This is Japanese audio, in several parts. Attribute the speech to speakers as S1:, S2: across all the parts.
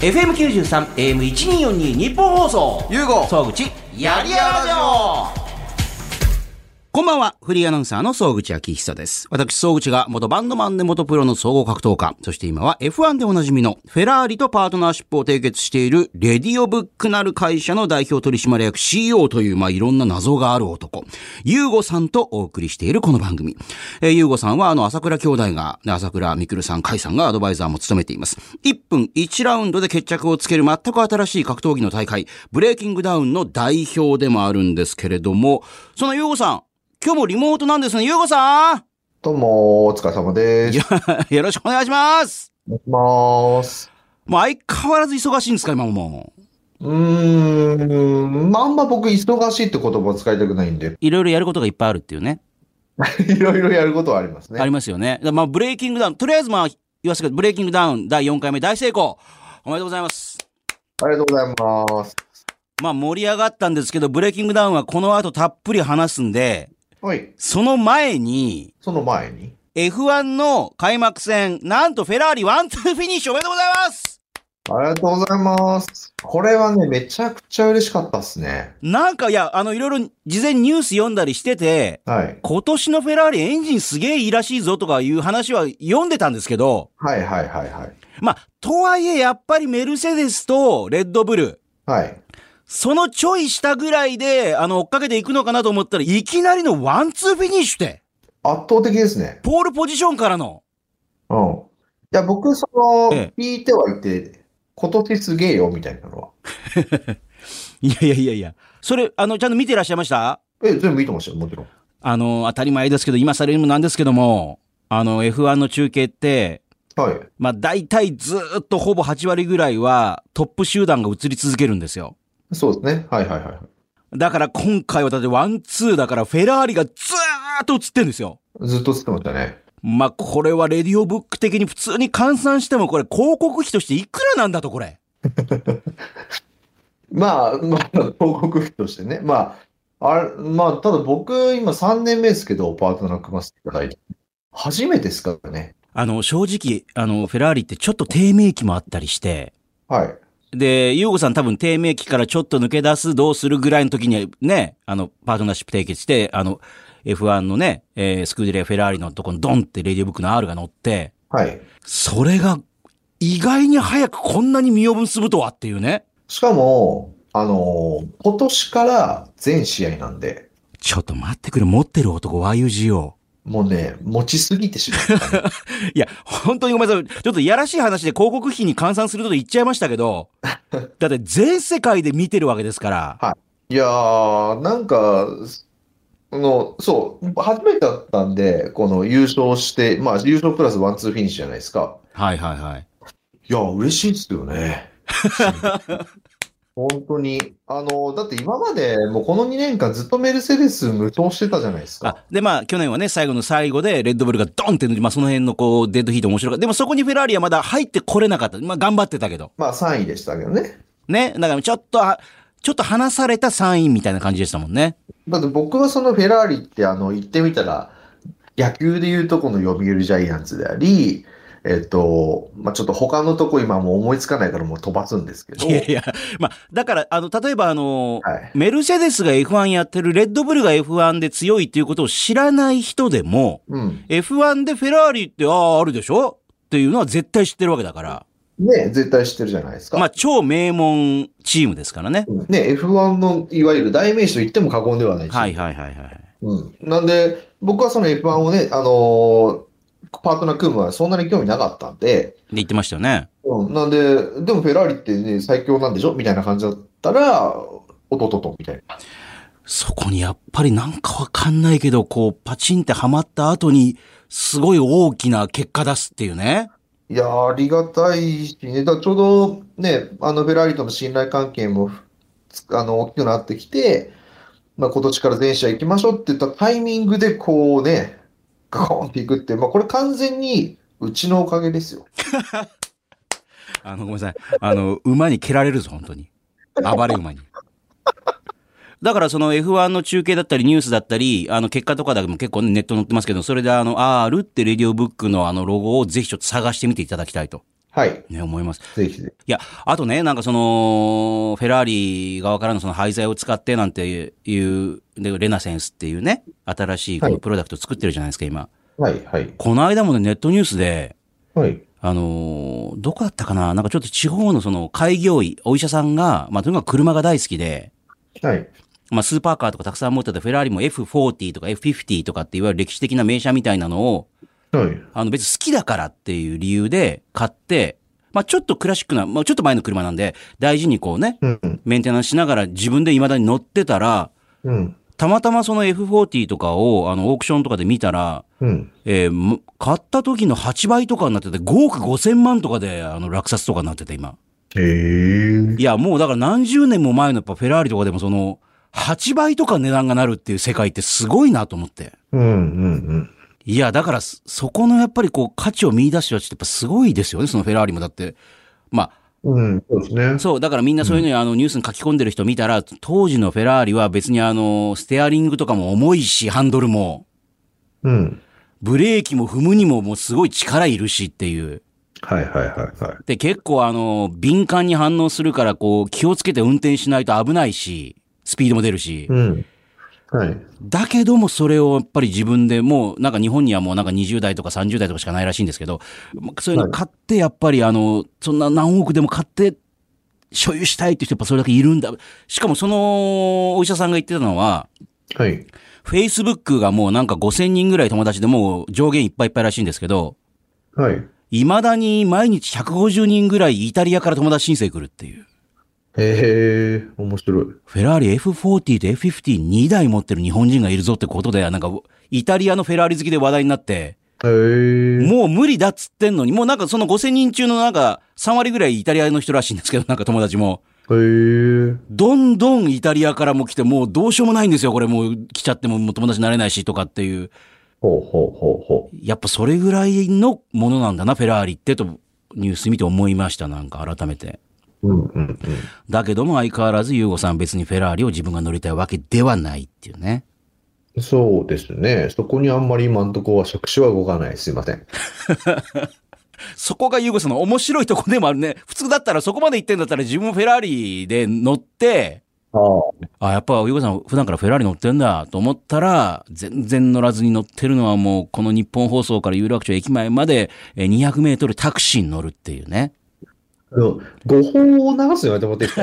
S1: FM93、AM1242、日本放送。
S2: ゆうご
S1: 総口、やりやらじょこんばんは、フリーアナウンサーの総口昭久です。私、総口が元バンドマンで元プロの総合格闘家、そして今は F1 でおなじみのフェラーリとパートナーシップを締結しているレディオブックなる会社の代表取締役 CEO という、まあ、いろんな謎がある男、ユーゴさんとお送りしているこの番組。えー、ユーゴさんはあの、朝倉兄弟が、ね朝倉みくるさん、甲斐さんがアドバイザーも務めています。1分1ラウンドで決着をつける全く新しい格闘技の大会、ブレイキングダウンの代表でもあるんですけれども、そのユーゴさん、今日もリモートなんですね。ゆうごさん
S2: どうも、お疲れ様です。
S1: いよろしくお願いします
S2: お願いします。
S1: もう相変わらず忙しいんですか今ももう。
S2: うーん、まああんま僕、忙しいって言葉を使いたくないんで、
S1: いろいろやることがいっぱいあるっていうね。
S2: いろいろやることはあります
S1: あ
S2: ね
S1: り。ますよね。だからまあ、ブレイキングダウン。とりあえずまあ、言わせてくださいブレイキングダウン第4回目大成功。おめでとうございます。
S2: ありがとうございます。
S1: まあ、盛り上がったんですけど、ブレイキングダウンはこの後たっぷり話すんで、
S2: はい、
S1: その前に、
S2: その前に。
S1: F1 の開幕戦、なんとフェラーリワンツーフィニッシュおめでとうございます
S2: ありがとうございます。これはね、めちゃくちゃ嬉しかったっすね。
S1: なんか、いや、あの、いろいろ事前ニュース読んだりしてて、
S2: はい。
S1: 今年のフェラーリエンジンすげえいいらしいぞとかいう話は読んでたんですけど、
S2: はいはいはいはい。
S1: まあ、とはいえやっぱりメルセデスとレッドブル、
S2: はい。
S1: そのちょい下ぐらいで、あの、追っかけていくのかなと思ったらいきなりのワンツーフィニッシュで、
S2: 圧倒的ですね。
S1: ポールポジションからの。
S2: うん。いや、僕、その、
S1: え
S2: 聞いてはいて、今年すげえよ、みたいなのは。
S1: いやいやいやいや。それ、あの、ちゃんと見てらっしゃいました
S2: え、全部いいと思いましたよ、もちろん。
S1: あの、当たり前ですけど、今されるもなんですけども、あの、F1 の中継って、
S2: はい。
S1: まあ、大体ずーっとほぼ8割ぐらいはトップ集団が映り続けるんですよ。
S2: そうですね。はいはいはいはい。
S1: だから今回はだってワンツーだからフェラーリがずーっと映ってるんですよ。
S2: ずっとつってましたね。
S1: まあ、これはレディオブック的に普通に換算してもこれ広告費としていくらなんだとこれ。
S2: まあ、まあ、広告費としてね。まあ、あれ、まあ、ただ僕、今3年目ですけど、パートナー組ませていただいて。初めてですからね。
S1: あの、正直、あの、フェラーリってちょっと低迷期もあったりして、
S2: はい。
S1: で、ゆうごさん多分低迷期からちょっと抜け出す、どうするぐらいの時にはね、あの、パートナーシップ締結して、あの、F1 のね、えースクーデリア・フェラーリのとこにドンってレディオブックの R が乗って、
S2: はい。
S1: それが意外に早くこんなに身を結ぶとはっていうね。
S2: しかも、あのー今年から全試合なんで、
S1: ちょっと待ってくれ、持ってる男 YUGO。
S2: もうね、持ちすぎてしまった、ね。
S1: いや、本当にごめんなさい。ちょっといやらしい話で広告費に換算すると言っちゃいましたけ ど、だって全世界で見てるわけですから。
S2: いやー、なんか、あの、そう、初めてだったんで、この優勝して、まあ、優勝プラスワンツーフィニッシュじゃないですか。
S1: はいはいはい。
S2: いや、嬉しいです よね。本当に。あの、だって今までもうこの2年間ずっとメルセデス無双してたじゃないですか。
S1: あ、でまあ去年はね、最後の最後でレッドブルがドンって、まあその辺のこう、デッドヒート面白かった。でもそこにフェラーリはまだ入ってこれなかった。まあ頑張ってたけど。
S2: まあ3位でしたけどね。
S1: ね。だからちょっと、あちょっと離された3位みたいな感じでしたもんね。
S2: だって僕はそのフェラーリってあの言ってみたら、野球でいうとこの読売ジャイアンツであり、えっと、まあちょっと他のとこ今もう思いつかないからもう飛ばすんですけど、
S1: いやいや、まあだから、あの、例えばあの
S2: はい。
S1: メルセデスが F1 やってる、レッドブルが F1 で強いっていうことを知らない人でも、
S2: うん。
S1: F1 でフェラーリって、ああ、あるでしょっていうのは絶対知ってるわけだから。
S2: ね、絶対知ってるじゃないですか。
S1: まあ、超名門チームですからね。
S2: ね、F1 のいわゆる代名詞と言っても過言ではないし、
S1: はいはいはいはい。
S2: うん。なんで、僕はその F1 をね、あのーパートナー組むはそんなに興味なかったんで、
S1: で、言ってましたよね。
S2: うん。なんで、でもフェラーリってね、最強なんでしょみたいな感じだったら、弟と、みたいな。
S1: そこにやっぱりなんかわかんないけど、こう、パチンってハマった後に、すごい大きな結果出すっていうね。
S2: いやー、ありがたいしね。だからちょうどね、あのフェラーリとの信頼関係も、つあの、大きくなってきて、まあ今年から全試合行きましょうって言ったタイミングでこうね、ガコーンっていくって、まあこれ完全にうちのおかげですよ。
S1: あの、ごめんなさい。あの、馬に蹴られるぞ、本当に。暴れ馬に。だからその F1 の中継だったりニュースだったり、あの結果とかだけも結構ねネットに載ってますけど、それであの R ってレディオブックのあのロゴをぜひちょっと探してみていただきたいと。
S2: はい。
S1: ね、思います。
S2: ぜひぜ
S1: いや、あとね、なんかその、フェラーリ側からのその廃材を使ってなんていう、で、レナセンスっていうね、新しいこ
S2: は
S1: の
S2: い
S1: プロダクトを作ってるじゃないですか、今。
S2: ひ。はい、はい。
S1: この間もね、ネットニュースで、
S2: はい。
S1: あのーどこだったかななんかちょっと地方のその開業医、お医者さんが、まあ、とにかく車が大好きで、
S2: はい。
S1: まあ、スーパーカーとかたくさん持ってて、フェラーリも F40 とか F50 とかっていわゆる歴史的な名車みたいなのを、
S2: はい。
S1: あの別に好きだからっていう理由で買って、まあちょっとクラシックな、まあちょっと前の車なんで、大事にこうね、
S2: うん。
S1: メンテナンスしながら自分で未だに乗ってたら、
S2: うん。
S1: たまたまその F40 とかをあのオークションとかで見たら、
S2: うん。
S1: えーむ買った時の8倍とかになってて、5億5千万とかであの落札とかになってて今。
S2: へえ。
S1: いや、もうだから何十年も前のやっぱフェラーリとかでもその、8倍とか値段がなるっていう世界ってすごいなと思って。
S2: うん、うん、
S1: いや、だからそ、そこのやっぱりこう、価値を見出してはちょっとやっぱすごいですよね、そのフェラーリも。だって、まあ、
S2: うん。うん、そうですね。
S1: そう、だからみんなそういうのにあのニュースに書き込んでる人見たら、当時のフェラーリは別にあの、ステアリングとかも重いし、ハンドルも、
S2: うん。
S1: ブレーキも踏むにももうすごい力いるしっていう。
S2: はい、はい、はい、はい。
S1: で、結構あの、敏感に反応するから、こう、気をつけて運転しないと危ないし、スピードも出るし。
S2: うん。はい。
S1: だけどもそれをやっぱり自分でもう、なんか日本にはもうなんか20代とか30代とかしかないらしいんですけど、まそういうの買ってやっぱりあの、そんな何億でも買って所有したいっていう人やっぱそれだけいるんだ。しかもそのお医者さんが言ってたのは、
S2: はい。
S1: Facebook がもうなんか5000人ぐらい友達でもう上限いっぱいいっぱいらしいんですけど、
S2: はい。
S1: 未だに毎日150人ぐらいイタリアから友達申請来るっていう。
S2: へえ、面白い。
S1: フェラーリ F40 と F52 台持ってる日本人がいるぞってことで、なんかイタリアのフェラーリ好きで話題になって、
S2: へえ。
S1: もう無理だっつってんのに、もうなんかその5000人中のなんか3割ぐらいイタリアの人らしいんですけど、なんか友達も。
S2: へえ。
S1: どんどんイタリアからも来て、もうどうしようもないんですよ、これもう来ちゃってももう友達になれないしとかっていう。
S2: ほうほうほうほ
S1: やっぱそれぐらいのものなんだな、フェラーリってとニュース見て思いました、なんか改めて。
S2: う。うんうんうん。
S1: だけども相変わらずユーゴさん別にフェラーリを自分が乗りたいわけではないっていうね。
S2: そうですね。そこにあんまり今んとこは触手は動かない。すいません。
S1: そこがユーゴさんの面白いとこでもあるね。普通だったらそこまで行ってんだったら自分もフェラーリで乗って、
S2: ああ。
S1: あ、やっぱ、ゆうこさん、普段からフェラーリ乗ってんだと思ったら、全然乗らずに乗ってるのはもう、この日本放送から有楽町駅前まで、えー200メートルタクシーに乗るっていうね。
S2: あの、誤報を流すのやめてもらっていいですか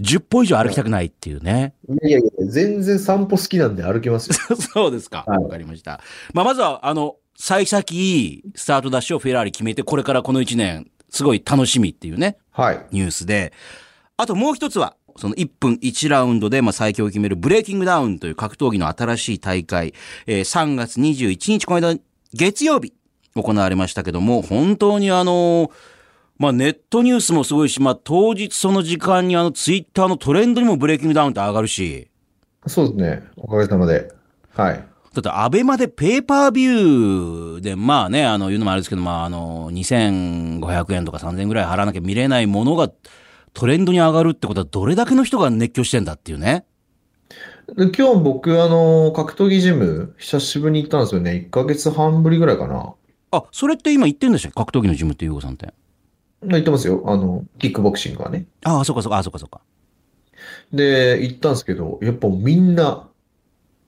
S1: 10歩以上歩きたくないっていうね。
S2: いやいやいや、全然散歩好きなんで歩きます よ。
S1: そうですか。わ、
S2: はい
S1: かりました。まあ、まずは、あの、幸先いいスタートダッシュをフェラーリ決めて、これからこの1年、すごい楽しみっていうね、
S2: はい。
S1: ニュースで。あともう一つは、その1分1ラウンドで、まあ、最強を決めるブレイキングダウンという格闘技の新しい大会、えー3月21日、この間、月曜日、行われましたけども、本当にあのーまあ、ネットニュースもすごいし、まあ、当日その時間にあの、ツイッターのトレンドにもブレイキングダウンって上がるし、
S2: そうですね。おかげさまで。はい。
S1: だって、アベマでペーパービューで、まあね、あの、言うのもあれですけど、まあ、あの、2500円とか3000円ぐらい払わなきゃ見れないものが、トレンドに上がるってことは、どれだけの人が熱狂してんだっていうね。
S2: で今日僕、あの、格闘技ジム、久しぶりに行ったんですよね。1ヶ月半ぶりぐらいかな。
S1: あ、それって今言ってんでしたっけ格闘技のジムって、ゆうごさんって。
S2: 行ってますよ。あの、キックボクシングはね。
S1: ああ、そうかそうか、ああ、そうかそうか。
S2: で、行ったんですけど、やっぱみんな、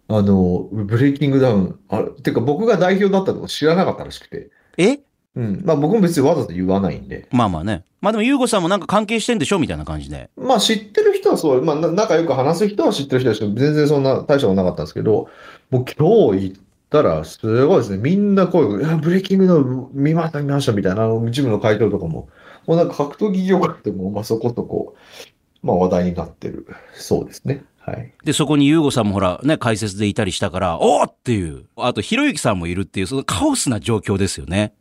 S2: あの、ブレイキングダウン、あれ、てか僕が代表だったのを知らなかったらしくて。
S1: え
S2: うん。まあ僕も別にわざと言わないんで。
S1: まあまあね。まあでも、ゆうごさんもなんか関係してんでしょみたいな感じで。
S2: まあ知ってる人はそう、まあな仲良く話す人は知ってる人ですけど、全然そんな大したことなかったんですけど、もう今日行ったら、すごいですね。みんな声が、いや、ブレイキングダウン見ました、見ました、みたいな、あのジムの会長とかも、もうなんか格闘技業界でも、まあそことこう、まあ話題になってる。そうですね。はい。
S1: で、そこにゆうごさんもほら、ね、解説でいたりしたから、おーっていう。あと、ひろゆきさんもいるっていう、そのカオスな状況ですよね。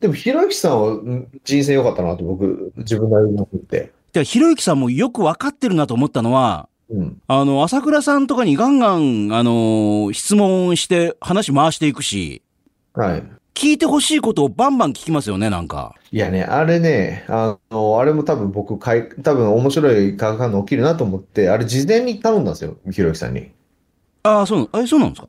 S2: でも、ひろゆきさんはうん人選良かったなと僕、自分なりに思って。
S1: で、ひろゆきさんもよくわかってるなと思ったのは、
S2: うん。
S1: あの、朝倉さんとかにガンガン、あのー質問して話回していくし、
S2: はい。
S1: 聞いてほしいことをバンバン聞きますよね、なんか。
S2: いやね、あれね、あの、あれも多分僕、かい、多分面白い化学反応起きるなと思って、あれ事前に頼んだんですよ、ひろゆきさんに。
S1: ああ、そうなの、え、そうなんですか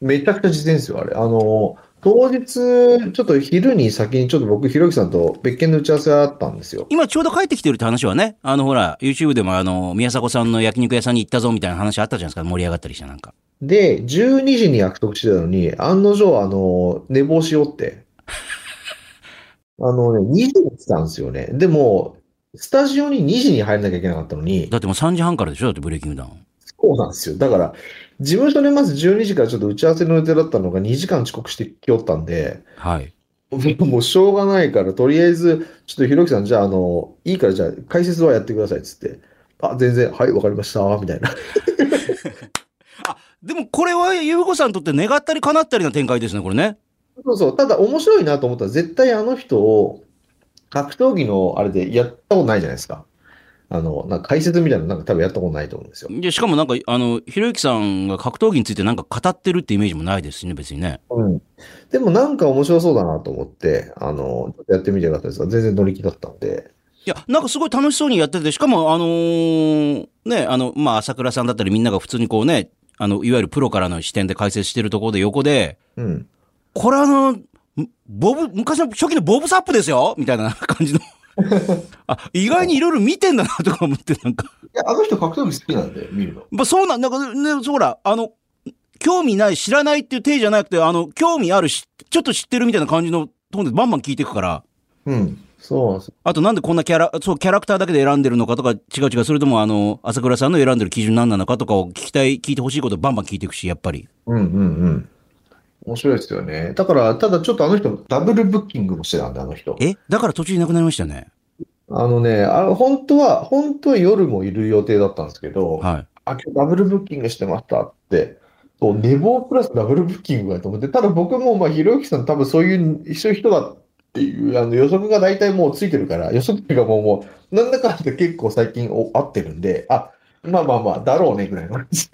S2: めちゃくちゃ事前ですよ、あれ。あの、当日、ちょっと昼に先にちょっと僕、ひろゆきさんと別件の打ち合わせがあったんですよ。
S1: 今ちょうど帰ってきてるって話はね、あのほら、YouTube でもあの、宮迫さんの焼肉屋さんに行ったぞみたいな話あったじゃないですか、盛り上がったりしてなんか。
S2: で、12時に約束してたのに、案の定、あの、寝坊しようって。あのね、2時に来たんですよね。でも、スタジオに2時に入らなきゃいけなかったのに、
S1: だってもう3時半からでしょだってブレイキングダウン。
S2: そうなんですよ。だから、事務所でまず12時からちょっと打ち合わせの予定だったのが2時間遅刻してきよったん で、
S1: はい。
S2: もうしょうがないから、とりあえず、ちょっとひろきさん、じゃあ、あの、いいから、じゃあ、解説はやってください、つって。あ、全然、はい、わかりました、みたいな。
S1: でもこれは、ゆうこさんにとって願ったり叶ったりな展開ですね、これね。
S2: そうそう。ただ、面白いなと思ったら、絶対あの人を、格闘技のあれでやったことないじゃないですか。あの、なんか解説みたいなのなんか多分やったことないと思うんですよ。
S1: で、しかもなんか、あの、ひろゆきさんが格闘技についてなんか語ってるってイメージもないですしね、別にね。
S2: うん。でも、なんか面白そうだなと思って、あの、ちょっとやってみてよかったですが、全然乗り気だったんで。
S1: いや、なんかすごい楽しそうにやってて、しかも、あのーね、あの、まあ、朝倉さんだったりみんなが普通にこうね、あの、いわゆるプロからの視点で解説してるところで横で、
S2: うん。
S1: これあの、ボブ、昔の初期のボブサップですよみたいな 感じの。あ、意外にいろいろ見てんだなとか思って、なんか。
S2: いや、あの人格闘技好きなんで、見るの。
S1: まあ、そうなん、なんかね、そうほら、あの、興味ない、知らないっていう体じゃなくて、あの、興味あるし、ちょっと知ってるみたいな感じのトーンでバンバン聞いていくから、
S2: うん。そうなんですよ
S1: あとなんでこんなキャラ、そう、キャラクターだけで選んでるのかとか、違う違う、それともあの、朝倉さんの選んでる基準何なのかとかを聞きたい、聞いてほしいことバンバン聞いていくし、やっぱり。
S2: うんうんうん。面白いですよね。だから、ただちょっとあの人、ダブルブッキングもしてたんで、あの人。
S1: えだから途中いなくなりましたね。
S2: あのね、あの本当は、本当は夜もいる予定だったんですけど、
S1: はい。
S2: あ、今日ダブルブッキングしてましたって、そう寝坊プラスダブルブッキングだと思って、ただ僕も、まあ、ひろゆきさん多分そういう、一緒人だっていう、あの予測が大体もうついてるから、予測っていうかもう、もう、なんだかんだ結構最近お合ってるんで、あ、まあまあまあ、だろうね、ぐらいの感じ。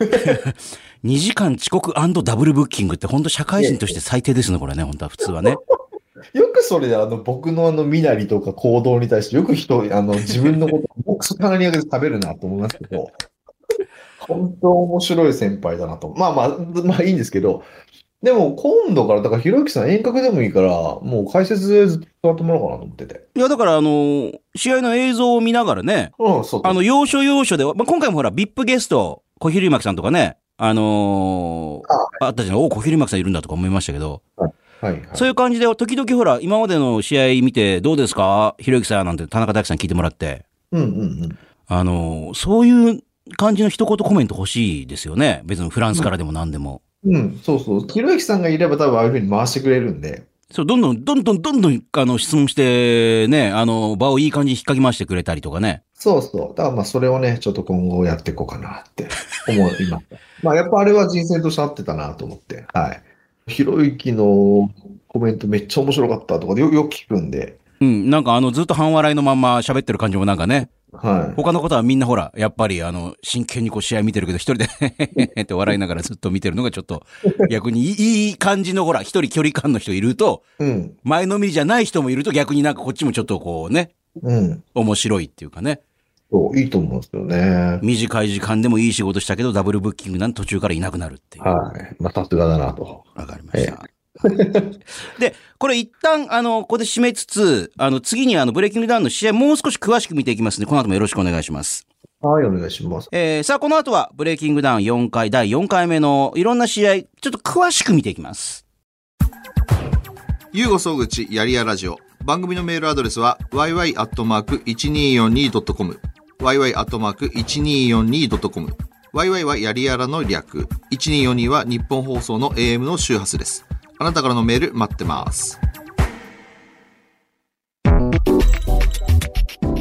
S1: 2時間遅刻ダブルブッキングって本当社会人として最低ですね、これね、本当は普通はね。
S2: よくそれであの僕のあの身なりとか行動に対してよく 人、あの自分のことを僕そかなに上げて食べるなと思いますけ ど、本当面白い先輩だなと。まあまあ、まあいいんですけど、でも今度から、だからひろゆきさん遠隔でもいいから、もう解説でずっとやってもらおうかなと思ってて。
S1: いや、だからあのー試合の映像を見ながらね、
S2: うん、そう
S1: あの、要所要所で、まあ、今回もほら、VIP ゲスト、小比類巻さんとかね、あのー
S2: あは
S1: あったじゃない、お小比類巻さんいるんだとか思いましたけど、
S2: はいはい。
S1: そういう感じで、時々ほら、今までの試合見て、どうですかひろゆきさんなんて田中大輝さん聞いてもらって、
S2: うんうんうん。
S1: あのーそういう感じの一言コメント欲しいですよね。別にフランスからでも何でも。
S2: うん、そうそう。ひろゆきさんがいれば多分ああいうふうに回してくれるんで。
S1: そう、どんどん、どんどん、どんどん、あの、質問して、ね、あの、場をいい感じに引っかき回してくれたりとかね。
S2: そうそう。だからまあそれをね、ちょっと今後やっていこうかなって思いました。 まあやっぱあれは人生として合ってたなと思って。はい。ひろゆきのコメントめっちゃ面白かったとかでよよく聞くんで。
S1: うん、なんかあの、ずっと半笑いのまんま喋ってる感じもなんかね、
S2: はい。
S1: 他のことはみんなほら、やっぱりあの、真剣にこう試合見てるけど、一人でへへへへって笑いながらずっと見てるのがちょっと、逆にいいいい感じのほら、一人距離感の人いると、
S2: うん。
S1: 前のみりじゃない人もいると逆になんかこっちもちょっとこうね、
S2: うん。
S1: 面白いっていうかね、
S2: そう、いいと思うんですよね。
S1: 短い時間でもいい仕事したけど、ダブルブッキングなんて途中からいなくなるっていう。
S2: はい。まあさすがだなと。
S1: わかりました。で、これ一旦、あの、ここで締めつつ、あの、次にあの、ブレイキングダウンの試合、もう少し詳しく見ていきますので、この後もよろしくお願いします。
S2: はい、お願いします。
S1: えー、さあ、この後は、ブレイキングダウン4回、第4回目の、いろんな試合、ちょっと詳しく見ていきます。
S3: ゆうご総口やりやラジオ。番組のメールアドレスは yy.1242.com。yy.1242.com。yy はやりやらの略。1242は日本放送の AM の周波数です。あなたからのメール待ってます。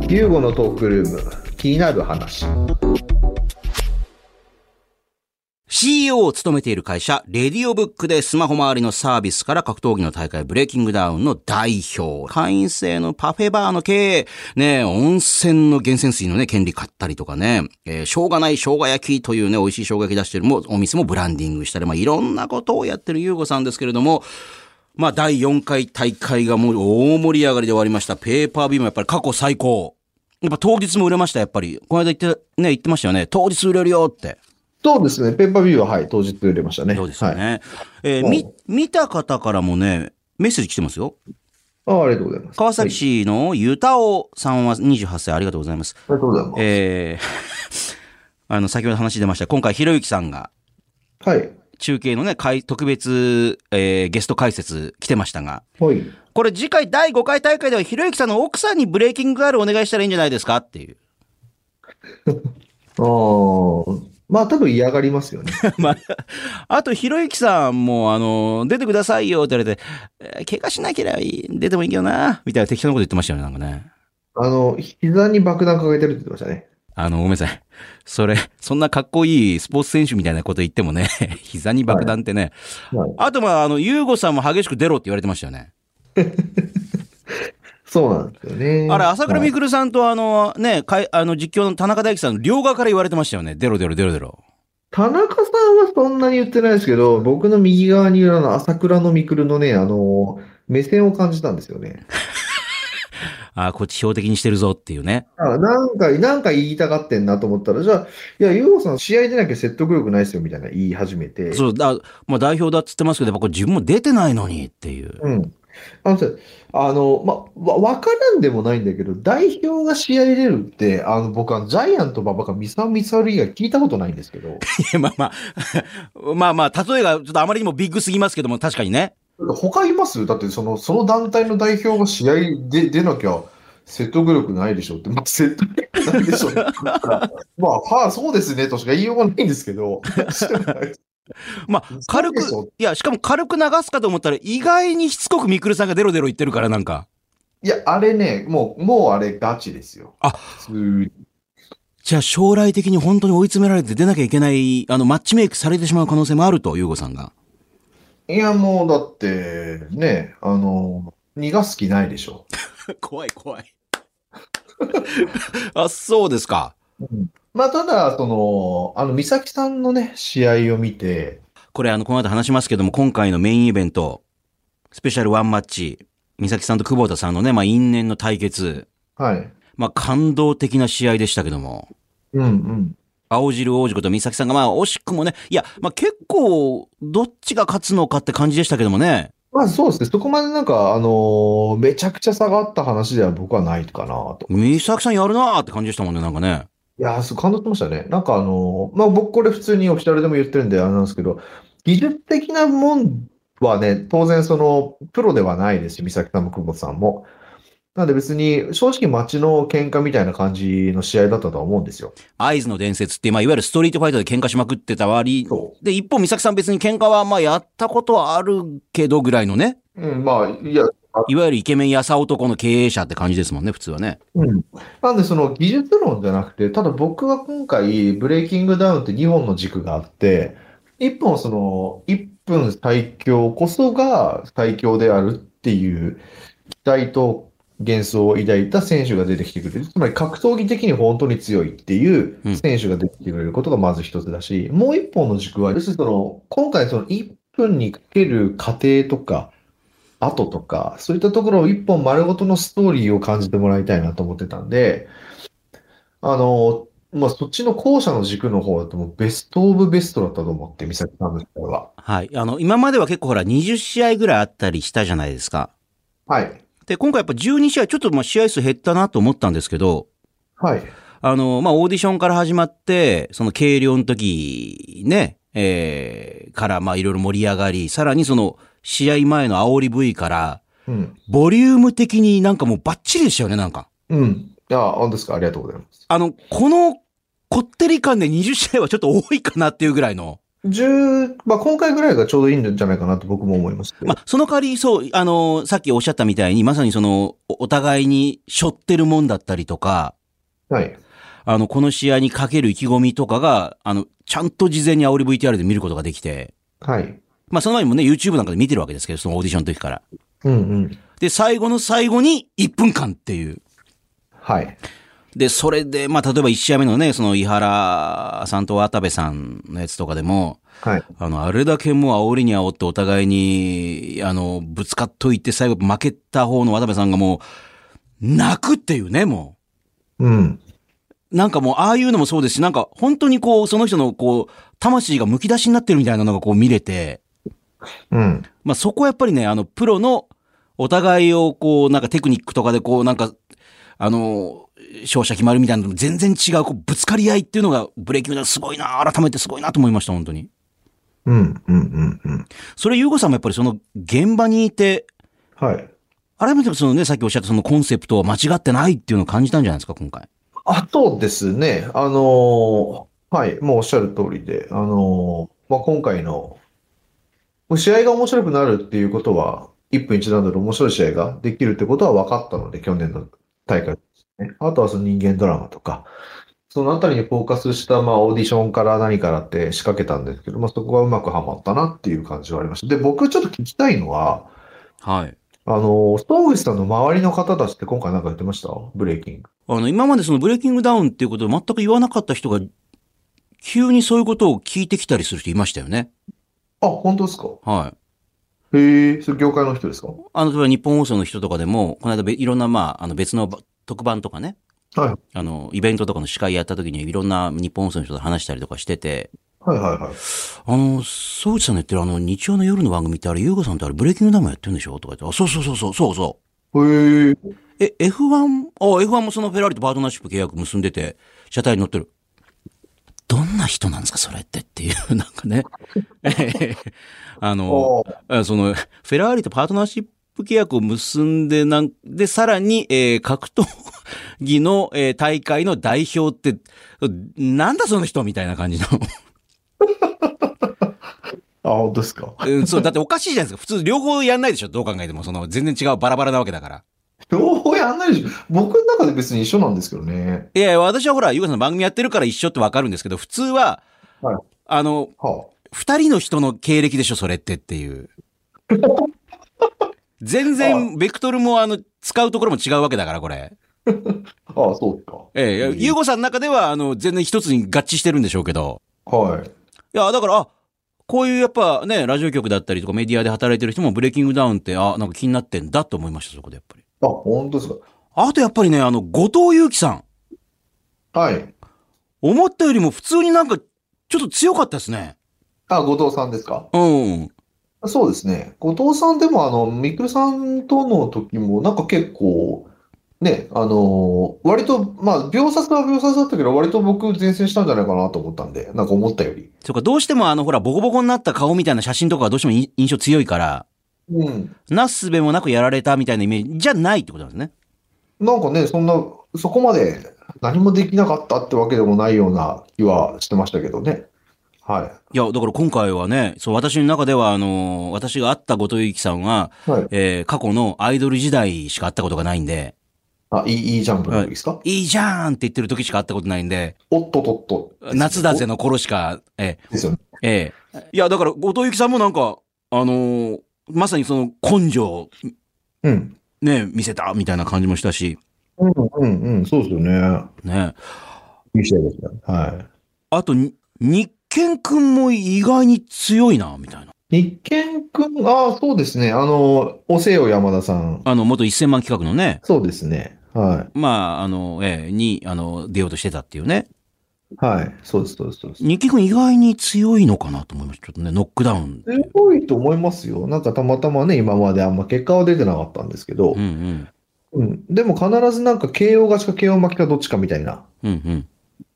S2: ユーゴのトークルーム、気になる話。
S1: CEO を務めている会社、レディオブックでスマホ周りのサービスから格闘技の大会ブレイキングダウンの代表、会員制のパフェバーの経営、ねえ、温泉の源泉水のね、権利買ったりとかね、えー、しょうがない生姜焼きというね、美味しい生姜焼き出してるも、お店もブランディングしたり、まあ、いろんなことをやってる優吾さんですけれども、まあ、第4回大会がもう大盛り上がりで終わりました。ペーパービューもやっぱり過去最高。やっぱ当日も売れました、やっぱり。この間言って、ね、言ってましたよね。当日売れるよって。
S2: そうですね、ペーパービューは、はい、当日売れましたね。
S1: そうですよ
S2: はい。
S1: ね。えー
S2: うん
S1: み、見た方からもね、メッセージ来てますよ。
S2: あありがとうございます。
S1: 川崎市のゆたおさんは28歳、ありがとうございます。
S2: はい。ありがとうございます。
S1: えー あの、先ほど話出ました、今回、ひろゆきさんが、
S2: はい。
S1: 中継のね、解特別、えーゲスト解説来てましたが、
S2: はい。
S1: これ次回第5回大会では、ひろゆきさんの奥さんにブレイキングガールお願いしたらいいんじゃないですかっていう。
S2: ああ、まあ多分嫌がりますよね。
S1: まあ、あと、ひろゆきさんも、あの、出てくださいよって言われて、えー怪我しなければいい、出てもいいけどな、みたいな適当なこと言ってましたよね、なんかね。
S2: あの、膝に爆弾抱えてるって言ってましたね。
S1: あの、ごめんなさい。それ、そんなかっこいいスポーツ選手みたいなこと言ってもね、 膝に爆弾ってね。
S2: はい。
S1: あと、まあ、あの、ゆうごさんも激しく出ろって言われてましたよね。
S2: そうなんですよね。
S1: あれ、朝倉
S2: はい
S1: 未来さんと、あの、ね、かいあの、実況の田中大樹さんの両側から言われてましたよね。出ろ出ろ出ろ出ろ。
S2: 田中さんはそんなに言ってないですけど、僕の右側にいるあの朝倉のみくるのね、あの、目線を感じたんですよね。
S1: あーこっち標的にしてるぞっていうね。
S2: あなんか、なんか言いたがってんなと思ったら、じゃあ、いや、ゆうごさん、試合でなきゃ説得力ないですよ、みたいな言い始めて。
S1: そう、だ、まあ、代表だっつってますけど、やっぱこれ自分も出てないのにっていう。
S2: うん。あのさ、あの、ま、わ、わからんでもないんだけど、代表が試合出るって、あの、僕はジャイアント馬場かミサオミサオル以外聞いたこと ないんですけど、
S1: いやまあまあ、 まあまあ、例えがちょっとあまりにもビッグすぎますけども、確かにね。
S2: 他いますだってその、その団体の代表が試合で出なきゃ説得力ないでしょって、まあ、説得力ないでしょ って言ったらまあ、はあ、そうですねとしか言いようがないんですけど、
S1: ま あ、軽く
S2: そうでしょ、
S1: いや、しかも軽く流すかと思ったら、意外にしつこくみくるさんがデロデロ言ってるから、なんか。
S2: いや、あれね、もう、もうあれガチですよ。
S1: あ
S2: 普通に
S1: じゃあ将来的に本当に追い詰められて出なきゃいけない、あの、マッチメイクされてしまう可能性もあると、ゆうごさんが。
S2: いや、もう、だって、ね、あの、逃がす気ないでしょ。
S1: 怖い怖い。 あ、そうですか。
S2: まあ、ただ、その、あの、美咲さんのね、試合を見て、
S1: これ、あの、この後話しますけども、今回のメインイベント、スペシャルワンマッチ、美咲さんと久保田さんのね、まあ、因縁の対決、
S2: はい。
S1: まあ、感動的な試合でしたけども。
S2: うんうん。
S1: 青汁王子こと美咲さんが、まあ、惜しくもね、いや、まあ、結構、どっちが勝つのかって感じでしたけどもね。
S2: まあ、そうですね。そこまでなんか、あのーめちゃくちゃ差があった話では僕はないかなと。
S1: 美咲さんやるなーって感じでしたもんね、なんかね。
S2: いやー、そう、感動しましたね。なんかあのーまあ、僕これ普通にオフィシャルでも言ってるんで、あれなんですけど、技術的なもんはね、当然その、プロではないですし、美咲さんも久保田さんも。なんで別に、正直街の喧嘩みたいな感じの試合だったとは思うんですよ。
S1: 合図の伝説って、まあ、いわゆるストリートファイターで喧嘩しまくってた割、
S2: そう。
S1: で、一方、美咲さん別に喧嘩は、まあ、やったことはあるけどぐらいのね、
S2: うん、まあ、いや、
S1: いわゆるイケメンやさ男の経営者って感じですもんね、普通はね。
S2: うん。なんで、その技術論じゃなくて、ただ僕は今回、ブレイキングダウンって2本の軸があって、1本はその、1分最強こそが最強であるっていう期待と幻想を抱いた選手が出てきてくれる。つまり格闘技的に本当に強いっていう
S1: うん
S2: 選手が出てきてくれることがまず一つだし、もう1本の軸は、要するにその、今回その1分にかける過程とか、後とか、そういったところを一本丸ごとのストーリーを感じてもらいたいなと思ってたんで、あの、まあ、そっちの後者の軸の方だともうベストオブベストだったと思って、美咲さんの試合は。
S1: はい。あの、今までは結構ほら、20試合ぐらいあったりしたじゃないですか。
S2: はい。
S1: で、今回やっぱ12試合、ちょっとまあ、試合数減ったなと思ったんですけど、
S2: はい。
S1: あの、まあ、オーディションから始まって、その軽量の時、ね、えー、から、まあ、いろいろ盛り上がり、さらにその、試合前の煽り V から、
S2: うん。
S1: ボリューム的になんかもうバッチリでしたよね、なんか。
S2: うん。あ、本当ですか。ありがとうございます。
S1: あの、この、こってり感で20試合はちょっと多いかなっていうぐらいの。
S2: 10、まあ、今回ぐらいがちょうどいいんじゃないかなと僕も思いますけど
S1: まあ、その代わり、そう、あの、さっきおっしゃったみたいに、まさにその、おお互いに背負ってるもんだったりとか、
S2: はい。
S1: あの、この試合にかける意気込みとかが、あの、ちゃんと事前に煽り VTR で見ることができて、
S2: はい。
S1: まあ、その前にもね、YouTube なんかで見てるわけですけど、そのオーディションの時から。
S2: うんうん。
S1: で、最後の最後に1分間っていう。
S2: はい。
S1: で、それで、まあ、例えば1試合目のね、その、井原さんと渡部さんのやつとかでも、
S2: はい。
S1: あの、あれだけもう煽りに煽ってお互いに、あの、ぶつかっといて、最後負けた方の渡部さんがもう、泣くっていうね、も
S2: うん。
S1: う。なんかもう、ああいうのもそうですし、なんか、本当にこう、その人のこう、魂が剥き出しになってるみたいなのがこう見れて、
S2: うん。
S1: まあそこはやっぱりね、あの、プロの、お互いをこう、なんかテクニックとかでこう、なんか、あの、勝者決まるみたいなのと全然違う、こう、ぶつかり合いっていうのが、ブレイキングダウンすごいな、改めてすごいなと思いました、本当に。
S2: うん、うん、うん、うん。
S1: それ、ゆうごさんもやっぱりその、現場にいて、
S2: はい。
S1: 改めてそのね、さっきおっしゃったそのコンセプトは間違ってないっていうのを感じたんじゃないですか、今回。
S2: あとですね、あのーはい、もうおっしゃる通りで、あのーまあ、今回の、もう試合が面白くなるっていうことは、1分1段取り面白い試合ができるってことは分かったので、去年の大会ですね。あとはその人間ドラマとか、そのあたりにフォーカスした、まあ、オーディションから何からって仕掛けたんですけど、まあ、そこがうまくはまったなっていう感じはありました。で、僕ちょっと聞きたいのは、
S1: はい。
S2: あのー、総口さんの周りの方たちって今回なんか言ってましたブレイキング。
S1: あの、今までそのブレイキングダウンっていうことを全く言わなかった人が、急にそういうことを聞いてきたりする人いましたよね。
S2: あ、本当ですか
S1: はい。
S2: へえ、それ業界の人ですか
S1: あの、例えば日本放送の人とかでも、この間べいろんな、まあ、あの別のば特番とかね、
S2: はい。
S1: あの、イベントとかの司会やった時にいろんな日本放送の人と話したりとかしてて、
S2: はいはいはい。
S1: あの、総内さんの言ってるあの、日曜の夜の番組ってあれ、優うさんってあれ、ブレイキングダウンやってるんでしょとか言って、あ、そうそうそうそう、そうそう。
S2: へえ。
S1: え、F1? あ、F1 もそのフェラーリとパートナーシップ契約結んでて、車体に乗ってる。どんな人なんですか、それってっていう、なんかね。 えへへあの、
S2: あ
S1: あその、フェラーリとパートナーシップ契約を結んで、なんで、さらに、えー格闘技の、えー大会の代表って、なんだその人みたいな感じの。
S2: あ、本当ですか。
S1: うんそう、だっておかしいじゃないですか。普通、両方やんないでしょ、どう考えても。その、全然違う、バラバラなわけだから。
S2: 両方やんないでしょ。僕の中で別に一緒なんですけどね。
S1: いやいや、私はほら、ゆうかさんの番組やってるから一緒ってわかるんですけど、普通は、
S2: はい
S1: あの、
S2: は
S1: 二人の人の経歴でしょ、それってって いう。全然、ベクトルも、あの、使うところも違うわけだから、これ。
S2: あ。ああ、そうか。
S1: ええ、
S2: うん
S1: ゆうごさんの中では、あの、全然一つに合致してるんでしょうけど。
S2: はい。
S1: いや、だから、あ、こういうやっぱね、ラジオ局だったりとかメディアで働いてる人もブレイキングダウンって、あ、なんか気になってんだと思いました、そこでやっぱり。
S2: あ、本当です
S1: あとやっぱりね、あの、後藤祐樹さん。
S2: か。はい。
S1: 思ったよりも普通になんか、ちょっと強かったですね。
S2: あ、後藤さんですか。
S1: うん。
S2: そうですね。後藤さんでも、あの、ミクルさんとの時も、なんか結構、ね、あのー割と、まあ、秒殺は秒殺だったけど、割と僕、前線したんじゃないかなと思ったんで、なんか思ったより。
S1: そうか、どうしてもあの、ほら、ボコボコになった顔みたいな写真とかがどうしてもい印象強いから、
S2: うん。
S1: なすすべもなくやられたみたいなイメージじゃないってことなんですね。
S2: なんかね、そんな、そこまで何もできなかったってわけでもないような気はしてましたけどね。はい
S1: や、だから今回はね、そう、私の中では、あのー私が会った後藤由紀さんは、
S2: い。はい。
S1: えー過去のアイドル時代しか会ったことがないんで、
S2: あ、いい、いいジャンプの時ですか、
S1: いいじゃーんって言ってる時しか会ったことないんで、
S2: おっとっとっとですよね
S1: 夏だぜ。の頃しか、え
S2: ですよね。
S1: えええいや、だから、後藤由紀さんもなんか、あのーまさにその根性、
S2: うん。
S1: ね、見せたみたいな感じもしたし、
S2: うんうんうん、そうですよね。
S1: ね。
S2: いい試合ですね。は
S1: あと、に日健くんも意外に強いな、みたいな。
S2: い。日健くん、ああ、そうですね。あの、おせよ山田さん。
S1: あの、元1000万企画のね、
S2: そうですね。は
S1: まあ、あの、ええに、あの、出ようとしてたっていうね。
S2: い。はい。そうです、そうです、そうです。
S1: 日健くん意外に強いのかなと思いました。ちょっとね、ノックダウン。
S2: 強いと思いますよ。なんかたまたまね、今まであんま結果は出てなかったんですけど、
S1: うんうん。
S2: うん、でも必ずなんか KO 勝ちか KO 負けかどっちかみたいな、
S1: うんうん。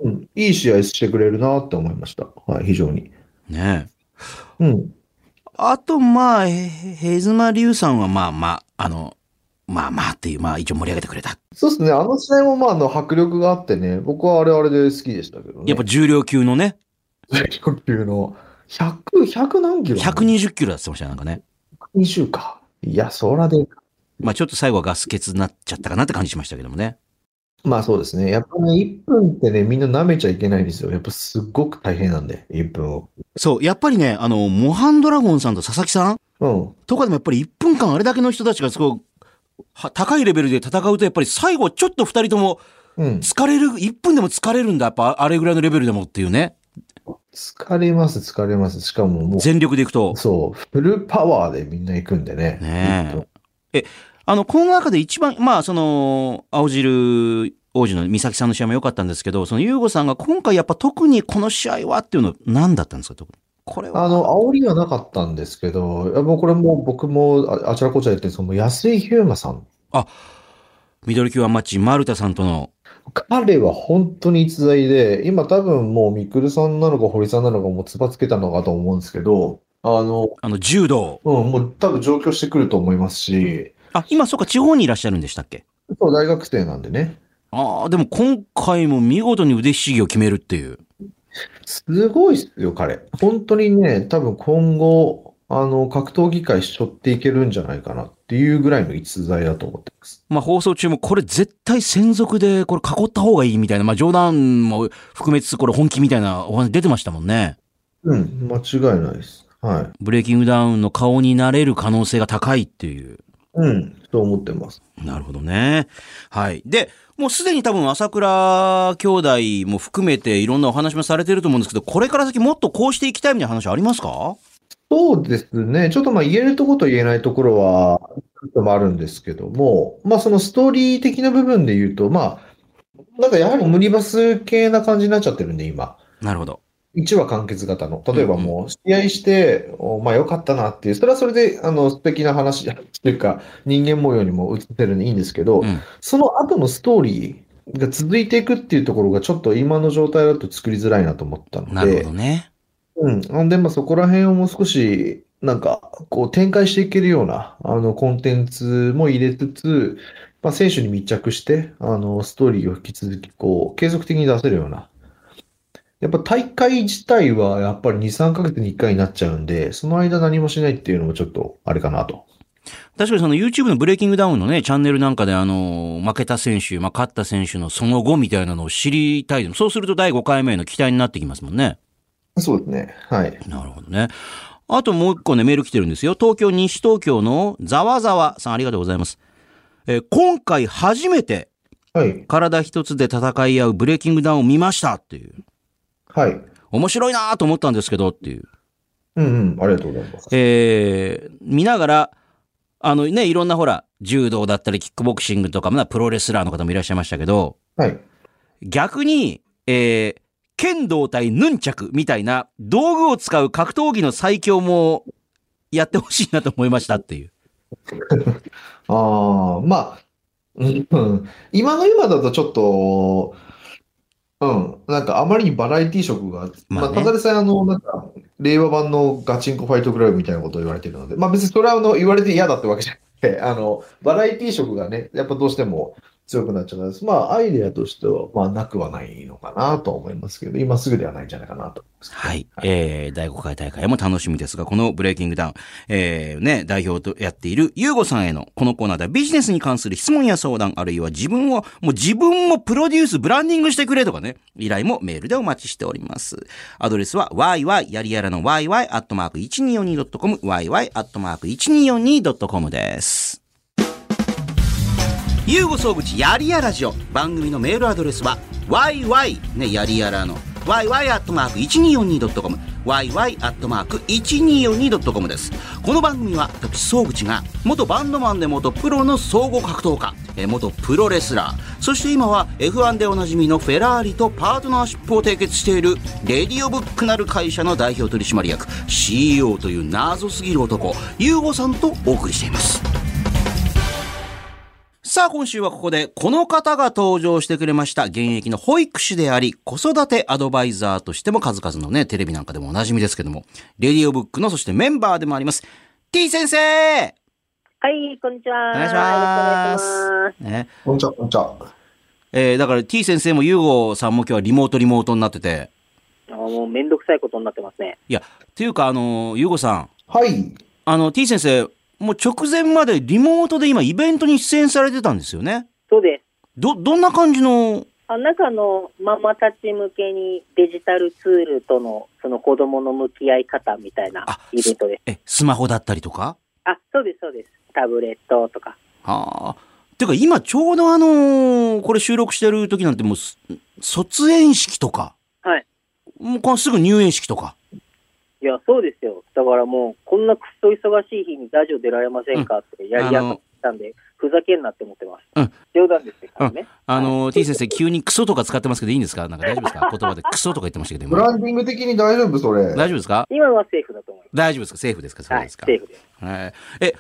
S2: うん、いい試合してくれるなって思いました。はい、非常に。
S1: ねえ
S2: うん。
S1: あと、まあ、へへずまりゅうさんは、まあまあ、あの、まあまあっていう、まあ一応盛り上げてくれた。
S2: そうですね、あの試合もまあ、あの迫力があってね、僕はあれあれで好きでしたけどね。
S1: やっぱ重量級のね、
S2: 100級の100、100何キロ
S1: 120キロだって言ってましたよなんかね。
S2: 120か。いや、そらでか。
S1: まあちょっと最後はガス欠になっちゃったかなって感じしましたけどもね。
S2: まあそうですね。やっぱね、1分ってね、みんな舐めちゃいけないんですよ。やっぱすっごく大変なんで、1分を。
S1: そう、やっぱりね、あの、モハンドラゴンさんと佐々木さん
S2: うん。
S1: とかでもやっぱり1分間あれだけの人たちがすごい、は高いレベルで戦うとやっぱり最後ちょっと2人とも
S2: うん。
S1: 疲れる、1分でも疲れるんだ、やっぱあれぐらいのレベルでもっていうね。
S2: 疲れます、疲れます。しかもも
S1: 全力でいくと
S2: う、。そう、フルパワーでみんな行くんでね。
S1: ねえ
S2: 1分
S1: あの、この中で一番、まあその、青汁王子の美咲さんの試合も良かったんですけど、そのユーゴさんが今回やっぱ特にこの試合はっていうの何だったんですか、特に。これは。
S2: あの、煽りはなかったんですけど、いやもうこれもう僕もああちらこちら言ってるんですけど、もう安井ヒューマさん、
S1: ミドル級アンマッチ、丸田さんとの。
S2: 彼は本当に逸材で、今多分もうミクルさんなのか堀さんなのかもうつばつけたのかと思うんですけど、あの、
S1: あの、柔道。
S2: うん、もう多分上京してくると思いますし、
S1: あ、今、そうか、地方にいらっしゃるんでしたっけ
S2: そう大学生なんでね。
S1: ああ、でも今回も見事に腕ひしぎを決めるっていう。
S2: すごいっすよ、彼。本当にね、多分今後、あの、格闘技界背負っていけるんじゃないかなっていうぐらいの逸材だと思ってます。
S1: まあ放送中もこれ絶対専属でこれ囲った方がいいみたいな、まあ冗談も含めつつこれ本気みたいなお話出てましたもんね。
S2: うん、間違いないです。はい。
S1: ブレイキングダウンの顔になれる可能性が高いっていう。
S2: うん、そう思ってます。
S1: なるほどね。はい。で、もうすでに多分朝倉兄弟も含めていろんなお話もされてると思うんですけど、これから先もっとこうしていきたいみたいな話ありますか
S2: そうですね。ちょっとまあ言えるところと言えないところは、ちょっともあるんですけども、まあそのストーリー的な部分で言うと、まあ、なんかやはりオムニバス系な感じになっちゃってるんで、今。
S1: なるほど。
S2: 1話完結型の。例えばもう、試合して、おまあ良かったなっていう、それはそれで、あの、素敵な話というか、人間模様にも映ってるんでいいんですけど、
S1: うん
S2: その後のストーリーが続いていくっていうところが、ちょっと今の状態だと作りづらいなと思ったの
S1: なる
S2: で
S1: ほど、ね。
S2: うん。なんで、まあそこら辺をもう少し、なんか、こう展開していけるような、あの、コンテンツも入れつつ、まあ選手に密着して、あの、ストーリーを引き続き、こう、継続的に出せるような。やっぱ大会自体は、やっぱり2、3ヶ月に1回になっちゃうんで、その間何もしないっていうのもちょっと、あれかなと。
S1: 確かにその YouTube のブレイキングダウンのね、チャンネルなんかであの、負けた選手、まあ、勝った選手のその後みたいなのを知りたい。そうすると第5回目への期待になってきますもんね。
S2: そうですね。はい。
S1: なるほどね。あともう一個ね、メール来てるんですよ。東京、西東京のざわざわさん、ありがとうございます。えー今回初めて
S2: はい。
S1: 体一つで戦い合うブレイキングダウンを見ましたっていう。
S2: はい。
S1: 面白いなと思ったんですけどっていう。
S2: うんうん。ありがとうございます。
S1: えー見ながら、あのね、いろんなほら、柔道だったり、キックボクシングとか、まあプロレスラーの方もいらっしゃいましたけど、
S2: はい。
S1: 逆に、えー剣道対ヌンチャクみたいな道具を使う格闘技の最強もやってほしいなと思いましたっていう。
S2: ああ、まあ、うん、うん今の今だとちょっと、うん、なんかあまりにバラエティ色が、
S1: まあ
S2: まあ、
S1: ね
S2: ただでさえあの、なんか、令和版のガチンコファイトクラブみたいなことを言われてるので、まあ別にそれはあの、言われて嫌だってわけじゃなくて、あ の、バラエティ色がね、やっぱどうしても強くなっちゃうんです。まあ、アイデアとしては、まあ、なくはないのかなと思いますけど、今すぐではないんじゃないかなと。
S1: はい。えー、第5回大会も楽しみですが、このブレイキングダウン、えー、ね、代表とやっているユーゴさんへの、このコーナーではビジネスに関する質問や相談、あるいは自分を、もう自分もプロデュース、ブランディングしてくれとかね、依頼もメールでお待ちしております。アドレスは yy やりやらの yy アットマーク 1242.com、yy アットマーク 1242.com です。ゆうご総口やりやラジオ番組のメールアドレスは yy ねやりやらの yy アットマーク 1242.com yy アットマーク 1242.com ですこの番組は私総口が元バンドマンで元プロの総合格闘家えー元プロレスラーそして今は F1 でおなじみのフェラーリとパートナーシップを締結しているレディオブックなる会社の代表取締役 CEO という謎すぎる男ゆうごさんとお送りしていますさあ、今週はここで、この方が登場してくれました。現役の保育士であり、子育てアドバイザーとしても数々のね、テレビなんかでもおなじみですけども、レディオブックの、そしてメンバーでもあります。T 先生
S4: はい、こんにちは。
S1: お願いします
S4: よろしくお願いし
S1: ね。
S2: こんにちは、こんにちは。
S1: えー、だから T 先生もユーゴさんも今日はリモートリモートになってて、
S4: ます。あもうめんどくさいことになってますね。
S1: いや、っていうか、あの、ユーゴさん、
S2: はい。
S1: あの、T 先生、もう直前までリモートで今イベントに出演されてたんですよね。
S4: そうです。
S1: ど、どんな感じの、
S4: あなんかあの、ママたち向けにデジタルツールとの、その子供の向き合い方みたいな
S1: あ
S4: イベントです。
S1: え、スマホだったりとか
S4: あ、そうです、そうです。タブレットとか。
S1: はあ。てか今ちょうどあのーこれ収録してる時なんてもうす卒園式とか。
S4: はい。
S1: もうこのすぐ入園式とか。
S4: いや、そうですよ。だからもう、こんなくっそ忙しい日にラジオ出られませんかって、やりや
S1: あ
S4: す
S1: の
S4: たんで、ふざけんなって思ってます。
S1: うん
S4: 冗談ですよ、ね。
S1: あの、T 先生、急にクソとか使ってますけどいいんですか なんか大丈夫ですか言葉でクソとか言ってましたけど、
S2: ブ
S1: 今。
S2: ランディング的に大丈夫それ。
S1: 大丈夫ですか
S4: 今のはセーフだと思い
S1: 大丈夫ですかセーフですか
S4: ます。
S1: そう
S4: はい、
S1: です
S4: セ
S1: か、
S4: ーフです。
S1: はいえ、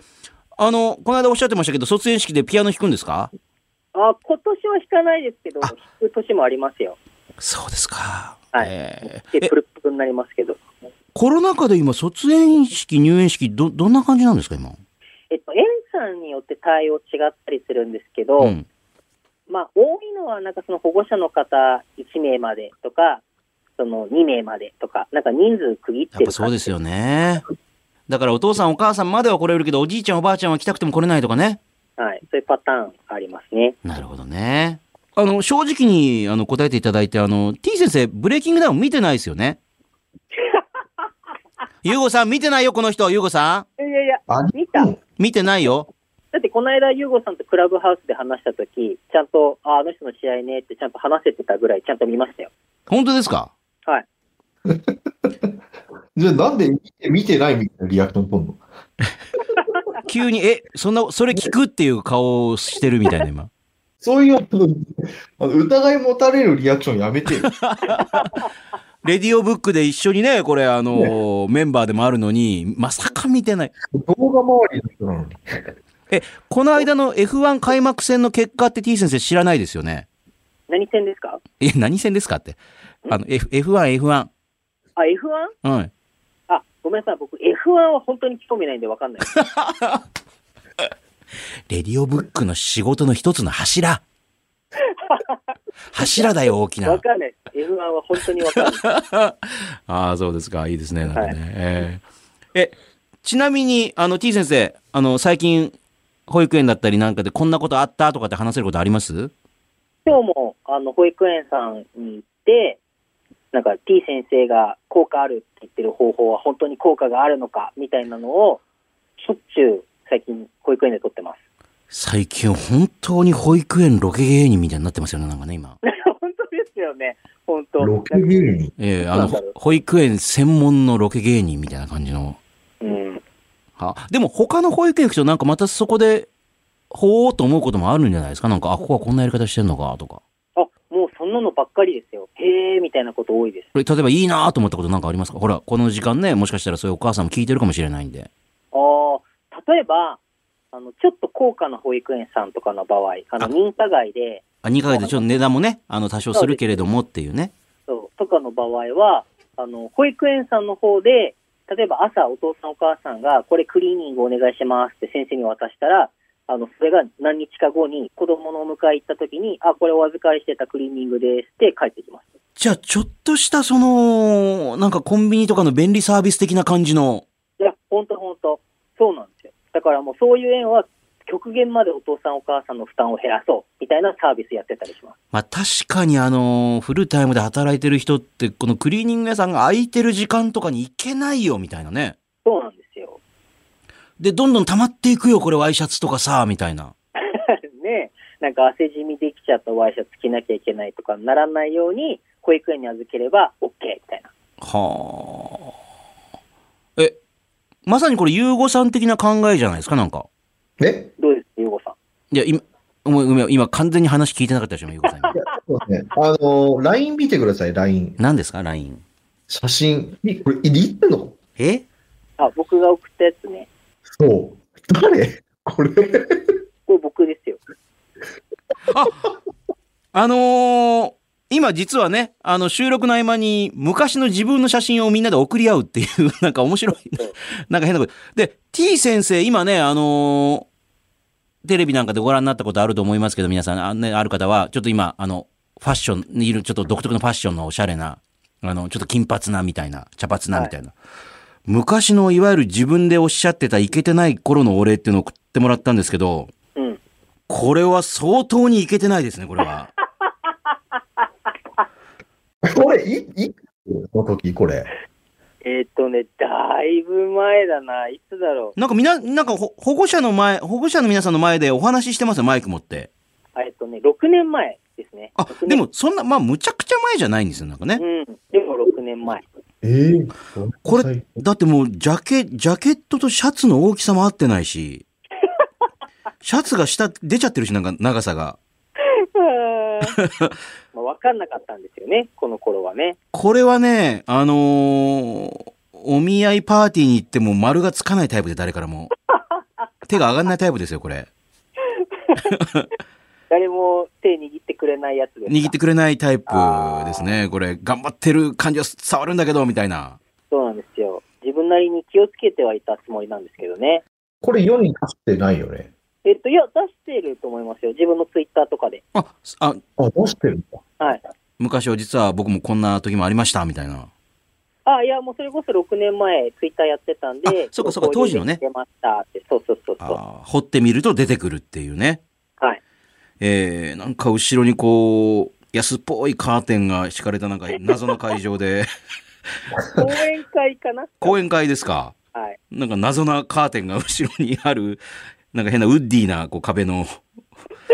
S1: あの、この間おっしゃってましたけど、卒園式でピアノ弾くんですか
S4: あ、今年は引かないですけど、
S1: あ
S4: 弾く年もありますよ。
S1: そうですか。
S4: はい
S1: えー
S4: で、
S1: え
S4: プルプルになりますけど。
S1: コロナ禍で今、卒園式、入園式、ど、どんな感じなんですか、今。
S4: えっと、園さんによって対応違ったりするんですけど、
S1: うん。
S4: まあ、多いのは、なんかその保護者の方1名までとか、その2名までとか、なんか人数区切って
S1: やっ
S4: る
S1: ぱそうです
S4: よ。
S1: よね。だからお父さんお母さんまでは来れるけど、おじいちゃんおばあちゃんは来たくても来れないとかね。
S4: はい、そういうパターンありますね。
S1: なるほどね。あの、正直にあの答えていただいて、あの、T 先生、ブレイキングダウン見てないですよ ね。ゆうごさん、見てないよ、この人。ゆうごさ
S4: いやいや、
S2: あ
S4: 見た。だ
S1: ん。見てないよ。
S4: って、この間、ユーゴさんとクラブハウスで話したとき、ちゃんと、あ、あの人の試合ねってちゃんと話せてたぐらい、ちゃんと見ましたよ。
S1: 本当ですか
S4: はい。
S2: じゃあなんで見て見てないみたいなリアクション取んの
S1: 急に、え、そんな、それ聞くっていう顔をしてるみたいな、今。
S2: そういうあのあの疑い持たれるリアクションやめてよ。
S1: レディオブックで一緒にね、これ、あの、メンバーでもあるのに、まさか見てない。
S2: 動画周りの人なのに。
S1: この間の F1 開幕戦の結果って T 先生知らないですよね。
S4: 何戦ですか
S1: え、何戦ですかって。あの、F、F1、F1。
S4: あ、F1?
S1: うん。
S4: あ、ごめんなさい、僕、F1 は本当に興味ないんで分かんない。
S1: レディオブックの仕事の一つの 柱。柱だよ、大き
S4: 分
S1: な。
S4: かんない。F1 は本当に分かんない。
S1: ああ、そうですか。いいですね。なんかね。えーえ、ちなみに、あの、T 先生、あの、最近、保育園だったりなんかでこんなことあったとかって話せることあります
S4: 今日も、あの、保育園さんに行って、なんか T 先生が効果あるって言ってる方法は本当に効果があるのか、みたいなのを、しょっちゅう最近、保育園で撮ってます。
S1: 最近、本当に保育園ロケ芸人みたいになってますよね、なんかね、今。
S4: 本当ですよね。本当。
S2: ロケ芸人。
S1: ええあの、
S4: なんだ
S1: ほ
S4: ろう
S1: 保育園専門のロケ芸人みたいな感じの。
S4: うん。
S1: はでも他の保育園行くとなんかまたそこで、ほうと思うこともあるんじゃないですかなんか、あ、ここはこんなやり方してんのかとか。
S4: あ、もうそんなのばっかりですよ。へえ、みたいなこと多いです。
S1: これ例えばいいなと思ったことなんかありますかほら、この時間ね、もしかしたらそういうお母さんも聞いてるかもしれないんで。
S4: ああ、例えば、あの、ちょっと高価な保育園さんとかの場合、あの、
S1: あ
S4: 認可外で、
S1: あ、2ヶ月でちょっと値段もね、あの、多少するけれどもっていうね。
S4: そう、とかの場合は、あの、保育園さんの方で、例えば朝お父さんお母さんが、これクリーニングお願いしますって先生に渡したら、あの、それが何日か後に子供のお迎え行った時に、あ、これお預かりしてたクリーニングですって帰ってきます。
S1: じゃあ、ちょっとしたその、なんかコンビニとかの便利サービス的な感じの、
S4: いや、本当本当そうなんですよ。だからもうそういう園は、極限までお父さんお母さんの負担を減らそう、みたいなサービスやってたりします。
S1: まあ確かにあの、フルタイムで働いてる人って、このクリーニング屋さんが空いてる時間とかに行けないよ、みたいなね。
S4: そうなんですよ。
S1: で、どんどん溜まっていくよ、これワイシャツとかさ、みたいな。
S4: ねなんか汗じみできちゃったワイシャツ着なきゃいけないとかならないように、保育園に預ければ OK みたいな。
S1: はあ。え、まさにこれ、ゆうごさん的な考えじゃないですか、なんか。
S2: ね
S4: どうですゆうごさん。
S1: いや、今、ごめんごめん今完全に話聞いてなかったでしょ、ゆうごさん。今
S2: いやそうですね。 あのー、LINE 見てください、LINE。
S1: 何ですか、LINE。
S2: 写真。いこれ、いるの
S1: え
S4: あ、僕が送ったやつね。
S2: そう。誰これ。
S4: これ僕ですよ。
S1: あのー、今実はね、あの収録の合間に昔の自分の写真をみんなで送り合うっていう、 なんか面白い、なんか変なこと。で、T 先生、今ね、あのーテレビなんかでご覧になったことあると思いますけど、皆さん、あ,、ね、ある方は、ちょっと今、あの、ファッションにいる、ちょっと独特のファッションのおしゃれな、あの、ちょっと金髪なみたいな、茶髪なみたいな。昔のいわゆる自分でおっしゃってたイケてない頃のお礼っていうのを送ってもらったんですけど、
S4: うん。
S1: これは相当にイケてないですね、これは。
S2: これ、い、い、この時、これ。
S4: えーっとね、だいぶ前だな。いつだろ
S1: なんかみな、なんかほ保護者の前、保護者の皆さんの前でお話ししてますよ、マイク持って。
S4: う。あえっとね、6年前ですね。
S1: あ
S4: 6、年
S1: でもそんな、まあ、むちゃくちゃ前じゃないんですよ、なんかね
S4: う。ん。でも6 年前。
S2: ええ
S1: これ、だってもう、ジャケ、ジャケットとシャツの大きさも合ってないし、シャツが下出ちゃってるし、なんか長さが。
S4: まあ、わかんなかったんですよね、この頃はね。
S1: これはね、あのーお見合いパーティーに行っても丸がつかないタイプで誰からも。手が上がんないタイプですよ、これ。
S4: 誰も手握ってくれないやつですか
S1: 握ってくれないタイプですね。これ、頑張ってる感じは伝わるんだけど、みたいな。
S4: そうなんですよ。自分なりに気をつけてはいたつもりなんですけどね。
S2: これ世に出してないよね。
S4: えっと、いや、出してると思いますよ。自分のツイッターとかで。
S1: あ、あ、
S2: あ、出してるんだ。
S4: はい。
S1: 昔は実は僕もこんな時もありました、みたいな。
S4: あ、いや、もうそれこそ6年前、ツイッターやってたんで
S1: あ、そうかそうか当時のね
S4: 出ましたって、そうそうそうそう。
S1: あー掘ってみると出てくるっていうね。
S4: はい。
S1: えー、なんか後ろにこう、安っぽいカーテンが敷かれたなんか謎の会場で、
S4: 講演会かな
S1: 講演会ですか。
S4: はい。
S1: なんか謎なカーテンが後ろにある、なんか変なウッディなこう壁の、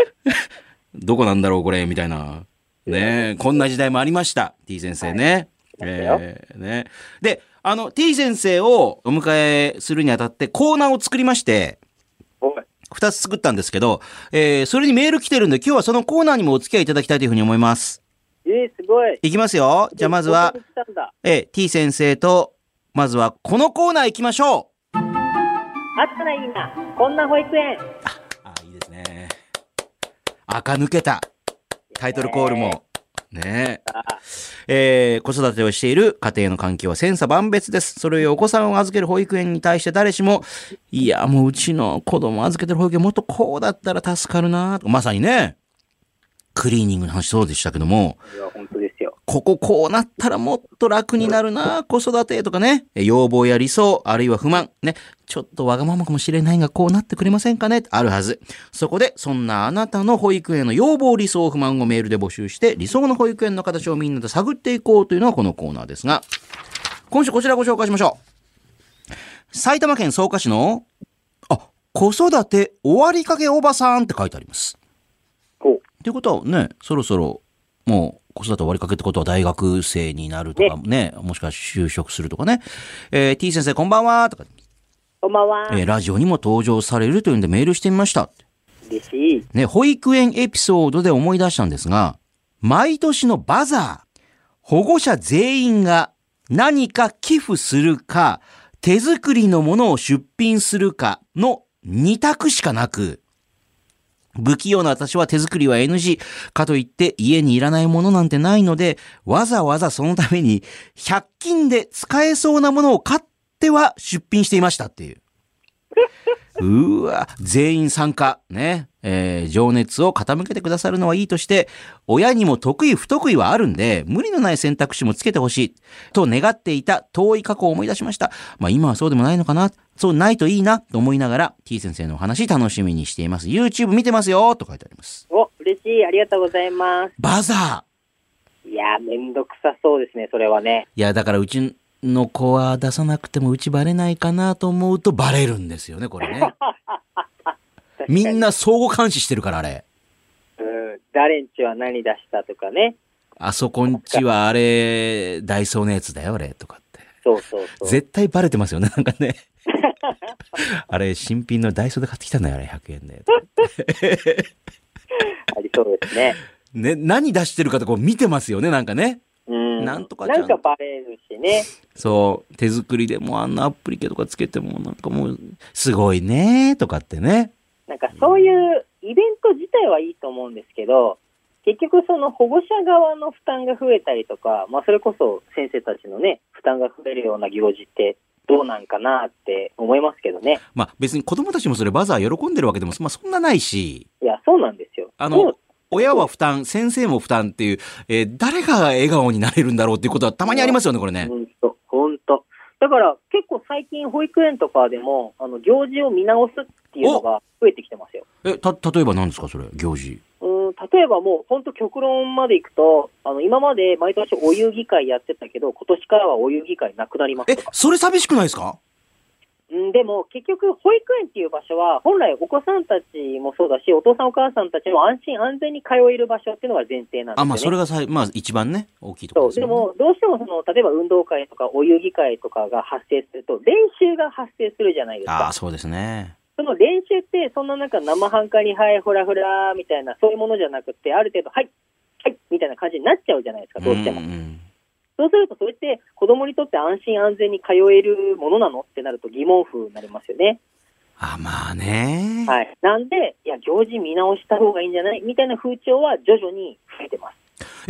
S1: どこなんだろうこれ、みたいな。ねえこんな時代もありました。T 先生ね。
S4: はい
S1: えーね。で、あの、T 先生をお迎えするにあたってコーナーを作りまして、
S4: おい
S1: 二つ作ったんですけど、えーそれにメール来てるんで、今日はそのコーナーにもお付き合いいただきたいというふうに思います。
S4: えー、すごい。
S1: いきますよ。じゃあまずは
S4: こ、こに来たんだ
S1: えー T 先生と、まずはこのコーナー行きましょ
S4: あったらいいな。こんな保育園。
S1: うあ、いいですね。垢抜けた。タイトルコールも。ねえ。えー子育てをしている家庭の環境は千差万別です。それよりお子さんを預ける保育園に対して誰しも、いや、もううちの子供預けてる保育園もっとこうだったら助かるな、まさにね、クリーニングの話そうでしたけども、
S4: いや、本当ですよ。
S1: こここうなったらもっと楽になるな、子育てとかね、え要望や理想、あるいは不満、ね、ちょっとわがままかもしれないが、こうなってくれませんかねあるはず。そこで、そんなあなたの保育園の要望、理想、不満をメールで募集して、理想の保育園の形をみんなで探っていこうというのがこのコーナーですが、今週こちらご紹介しましょう。埼玉県草加市の、あ、子育て終わりかけおばさんって書いてあります。
S4: お
S1: っていうことはね、そろそろ、もう、子育て終わりかけってことは大学生になるとかね、もしくは就職するとかね、えー t 先生こんばんはとか、
S4: こんばんは。
S1: えーラジオにも登場されるというんでメールしてみました。
S4: 嬉しい。
S1: ね、保育園エピソードで思い出したんですが、毎年のバザー、保護者全員が何か寄付するか、手作りのものを出品するかの2択しかなく、不器用な私は手作りは NG。かといって家にいらないものなんてないので、わざわざそのために100均で使えそうなものを買っては出品していましたっていう。うーわ、全員参加。ね。えー情熱を傾けてくださるのはいいとして、親にも得意不得意はあるんで、無理のない選択肢もつけてほしい。と願っていた遠い過去を思い出しました。まあ今はそうでもないのかな。そうないといいなと思いながら、t 先生のお話楽しみにしています。YouTube 見てますよと書いてあります。
S4: お、嬉しい。ありがとうございます。
S1: バザー
S4: いやー、めんどくさそうですね、それはね。
S1: いや、だからうちの子は出さなくてもうちバレないかなと思うとバレるんですよね、これね。
S4: 確かに
S1: みん。な相互監視してるから、あれ。
S4: うん、誰んちは何出したとかね。
S1: あそこんちはあれ、ダイソーのやつだよ、あれ、とかって。
S4: そうそうそう。
S1: 絶対バレてますよね、 なんかね。あれ、新品のダイソーで買ってきたんだよ、あれ、100円で。
S4: ありそうですね。
S1: ね、何出してるかとこう見てますよね、なんかね。
S4: うん。
S1: なんとかちゃん
S4: なんかバレるしね。
S1: そう、手作りでもうあんなアプリケとかつけても、なんかもう、すごいねーとかってね。
S4: なんかそういうイベント自体はいいと思うんですけど、結局その保護者側の負担が増えたりとか、まあそれこそ先生たちのね、負担が増えるような行事ってどうなんかなって思いますけどね。
S1: まあ別に子供たちもそれバザー喜んでるわけでも、まあそんなないし、
S4: いや、そうなんですよ。
S1: あ
S4: そ
S1: の
S4: う、
S1: 親は負担、先生も負担っていう、えー誰が笑顔になれるんだろうっていうことはたまにありますよね、これね。
S4: 本当本当だから結構最近保育園とかでも、あの行事を見直すっていうのが増えてきてますよ。
S1: え、た、例えば何ですか、それ、行事。
S4: うん例えばもう本当極論までいくと、あの今まで毎年お遊戯会やってたけど、今年からはお遊戯会なくなります
S1: え
S4: とか、
S1: それ寂しくないですか
S4: うん、でも結局、保育園っていう場所は、本来お子さんたちもそうだし、お父さんお母さんたちも安心安全に通える場所っていうのが前提なんですよ、ね。
S1: あ、まあそれがさい、まあ一番ね、大きいとこ
S4: そ
S1: ろ
S4: う
S1: です
S4: で
S1: よね。
S4: も、どうしてもその例えば運動会とかお遊戯会とかが発生すると、練習が発生するじゃないです
S1: ああ、
S4: か。
S1: そうですね。
S4: その練習って、そんななんか生半可に、はい、ほらほら、みたいな、そういうものじゃなくて、ある程度、はい、はい、みたいな感じになっちゃうじゃないですか、どうしても。
S1: ん
S4: そうすると、それって子供にとって安心安全に通えるものなのってなると疑問符になりますよね。
S1: あ、まあね。
S4: はい。なんで、いや、行事見直した方がいいんじゃないみたいな風潮は徐々に増えてます。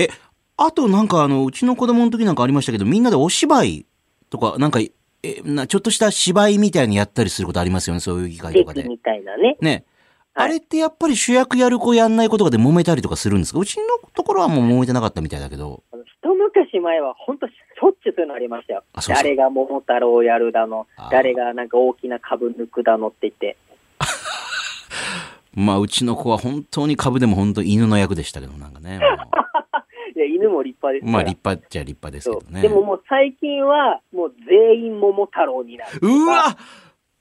S1: え、あとなんかあの、うちの子供の時なんかありましたけど、みんなでお芝居とか、なんか、え、な、ちょっとした芝居みたいにやったりすることありますよね、そういう議会とかで
S4: 劇。みたいなね。
S1: ね。
S4: はい
S1: あれってやっぱり主役やる子やんない子とかで揉めたりとかするんですかうちのところはもう揉めてなかったみたいだけど。
S4: あの一昔前は本当しょっちゅうそういうのありましたよ
S1: あ。そうそう
S4: 誰が桃太郎やるだの
S1: あー、
S4: 誰がなんか大きな株抜くだのって言って。
S1: まあ、うちの子は本当に株でも本当犬の役でしたけど、なんかね。も
S4: いや、犬も立派で
S1: う
S4: す から。
S1: まあ、立派っちゃ立派ですけどね。
S4: そうでももう最近はもう全員桃太郎になる。
S1: うわ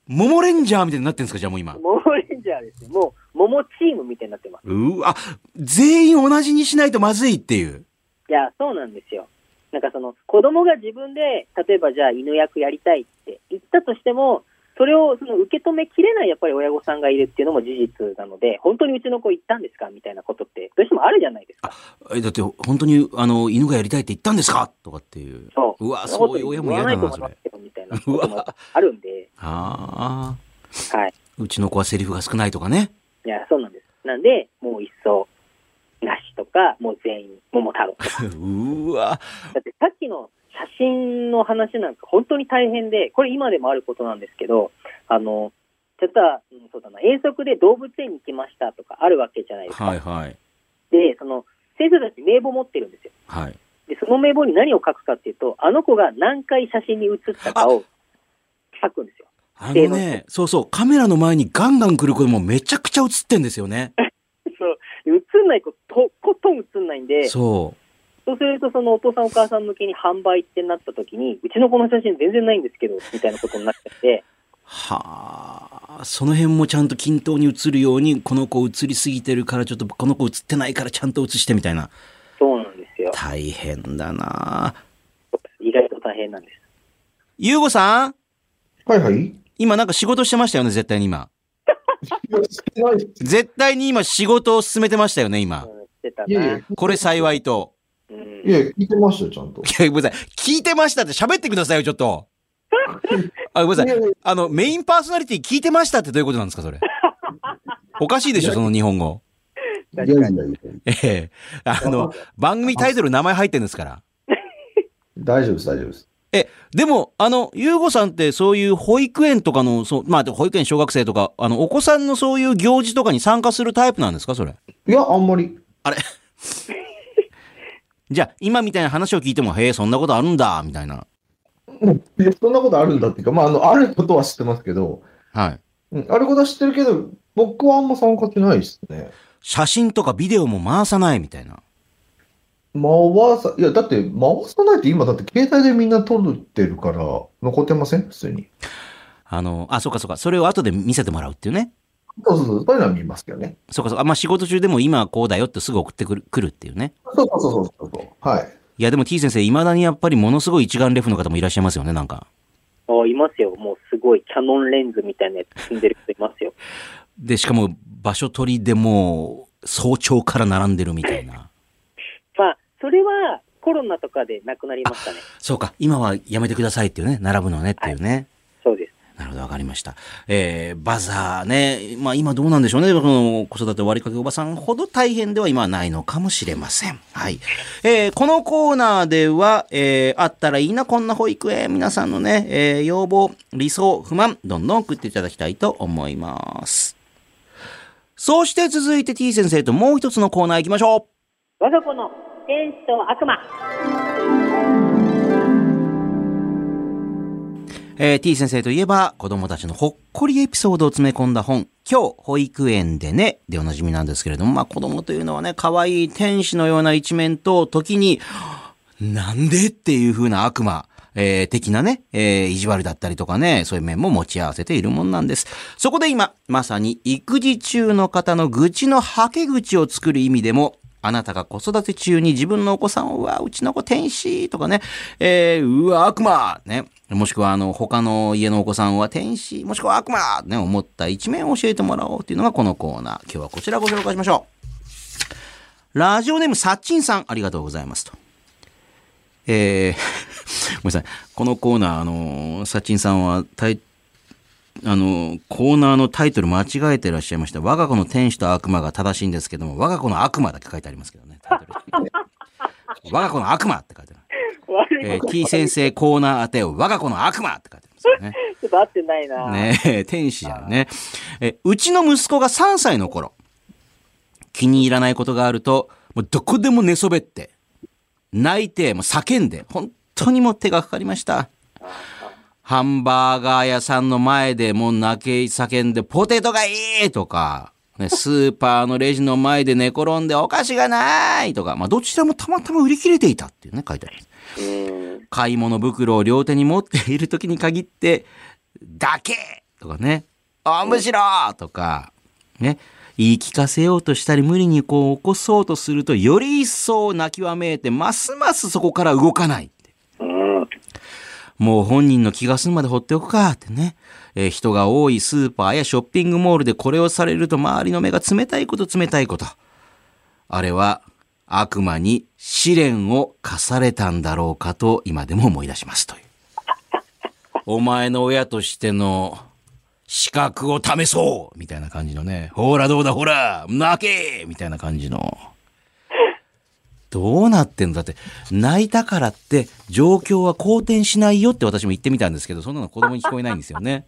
S1: 桃レンジャーみたいになってるんですかじゃあもう今。
S4: 桃レンジャーですよ。もう桃チームみたいになってます。
S1: うわ全員同じにしないとまずいっていう。
S4: いや、そうなんですよ。なんかその、子供が自分で、例えばじゃあ犬役やりたいって言ったとしても、それをその受け止めきれないやっぱり親御さんがいるっていうのも事実なので、本当にうちの子行ったんですかみたいなことって、どうしてもあるじゃないですか。
S1: え、だって本当に、あの、犬がやりたいって言ったんですかとかっていう。
S4: そう。
S1: うわ
S4: そんなこ
S1: そう
S4: と
S1: いう親も
S4: 言
S1: 嫌
S4: わ
S1: だ
S4: ないと
S1: な、
S4: 思
S1: そ
S4: います
S1: れ。
S4: けど、みたいなこともあるんで、
S1: ああ。
S4: はい。
S1: うちの子はセリフが少ないとかね。
S4: いや、そうなんです。なんで、もう一層、なしとか、もう全員、桃太郎。
S1: うわ
S4: だってさっきの写真の話なんか本当に大変で、これ今でもあることなんですけど、あの、例えば、うんそうだな、遠足で動物園に行きましたとかあるわけじゃないですか。
S1: はいはい。
S4: で、その、先生たち名簿持ってるんですよ。
S1: はい。
S4: で、その名簿に何を書くかっていうと、あの子が何回写真に写ったかを書くんですよ。
S1: あのね、そうそう、カメラの前にガンガン来る子もめちゃくちゃ映ってんですよね。
S4: そう。写んない子、とことん写んないんで、そ
S1: そう
S4: すると、そのお父さんお母さん向けに販売ってなった時に、うちの子の写真全然ないんですけど、みたいなことになっちゃって、
S1: う。はあ。その辺もちゃんと均等に映るように、この子映りすぎてるから、ちょっとこの子映ってないからちゃんと映してみたいな。
S4: そうなんですよ。
S1: 大変だな
S4: 意外と大変なんです。
S1: ゆうごさん
S2: はいはい。
S1: 今なんか仕事してましたよね、絶対に今。
S2: いやしてないです
S1: 絶対に今仕事を進めてましたよね、今。
S4: うん、してた
S2: いやいや
S4: な。、
S1: これ幸いと。
S4: うん
S2: いや、聞いてましたよ、ちゃんと。
S1: いや、ごめんなさい。聞いてましたって喋ってくださいよ、ちょっと。あ、ごめんなさい
S2: いやいや。
S1: あの、メインパーソナリティ聞いてましたってどういうことなんですか、それ。おかしいでしょ、その日本語。
S2: いやいやいや、
S1: ええあの、番組タイトル名前入ってんですから。
S2: 大丈夫です、大丈夫です。
S1: え、でも、あの、ゆうごさんってそういう保育園とかの、そう、まあ、保育園小学生とか、あの、お子さんのそういう行事とかに参加するタイプなんですか、それ。
S2: いや、あんまり。
S1: じゃあ、今みたいな話を聞いても、へえ、そんなことあるんだ、みたいな。
S2: いや、そんなことあるんだっていうか、まあ、あの、あることは知ってますけど、
S1: はい。
S2: うん、あることは知ってるけど、僕はあんま参加してないですね。
S1: 写真とかビデオも回さないみたいな。
S2: 回さ、いや、だって、回さないと今、だって携帯でみんな撮ってるから、残ってません普通に。
S1: あの、あ、そうかそうか。それを後で見せてもらうっていうね。
S2: そうそうそう、そういうのは見ますけどね。
S1: そうかそうか。あまあ、仕事中でも今はこうだよってすぐ送ってくる来るっていうね。
S2: そうそうそうそうそう。はい。
S1: いや、でも T 先生、未だにやっぱりものすごい一眼レフの方もいらっしゃいますよね、なんか。
S4: あいますよ。もうすごいキャノンレンズみたいなやつ積んでる人いま すよ。
S1: で、しかも場所取りでもう、早朝から並んでるみたいな。
S4: まあ、それはコロナとかでなくなりましたね。
S1: そうか、今はやめてくださいっていうね、並ぶのねっていうね。
S4: そうです。
S1: なるほど、わかりました。えー、バザーね。まあ今どうなんでしょうね。この子育て割りかけおばさんほど大変では今はないのかもしれません。はい。えー、このコーナーでは、えー、あったらいいな、こんな保育園。皆さんのね、えー、要望、理想、不満、どんどん送っていただきたいと思います。そうして続いて T 先生ともう一つのコーナー行きましょう。
S4: 我が子の天使と悪魔。
S1: えー T 先生といえば、子供たちのほっこりエピソードを詰め込んだ本、今日、保育園でね、でおなじみなんですけれども、まあ子供というのはね、可愛い天使のような一面と、時に、なんでっていう風な悪魔、えー的なね、えー意地悪だったりとかね、そういう面も持ち合わせているもんなんです。そこで今、まさに育児中の方の愚痴の吐け口を作る意味でも、あなたが子育て中に自分のお子さんを、うわ、うちの子天使とかね、えー、うわ、悪魔ね。もしくは、あの、他の家のお子さんは天使、もしくは悪魔ね、思った一面を教えてもらおうというのがこのコーナー。今日はこちらご紹介しましょう。ラジオネームさっちんさん、ありがとうございますと。えー ごめんなさい。このコーナー、あのー、サチンさんは、タイ、あのー、コーナーのタイトル間違えてらっしゃいました。我が子の天使と悪魔が正しいんですけども、我が子の悪魔だけ書いてありますけどね、タイトル。 我が子の悪魔って書いてある。
S4: 悪い
S1: えー、キー先生コーナー宛てを我が子の悪魔って書いてありますよね。
S4: ちょっと合ってないな。
S1: ねえ、天使じゃんね。え、うちの息子が3歳の頃、気に入らないことがあると、もうどこでも寝そべって、泣いて、もう叫んで、本当にもう手がかかりました。ハンバーガー屋さんの前でもう泣け叫んで、ポテトがいいとか、ね、スーパーのレジの前で寝転んでお菓子がないとか、まあどちらもたまたま売り切れていたっていうね、書いてあります。
S4: うん。
S1: 買い物袋を両手に持っている時に限って、だけとかね、あ、むしろとか、ね、言い聞かせようとしたり無理にこう起こそうとすると、より一層泣きわめいて、ますますそこから動かないって。
S4: うん。
S1: もう本人の気が済むまで放っておくかってね。えー人が多いスーパーやショッピングモールでこれをされると周りの目が冷たいこと冷たいこと。あれは悪魔に試練を課されたんだろうかと今でも思い出しますという。お前の親としての資格を試そうみたいな感じのね。ほらどうだほら泣けみたいな感じの。どうなってんのだって、泣いたからって状況は好転しないよって私も言ってみたんですけど、そんなの子供に聞こえないんですよね。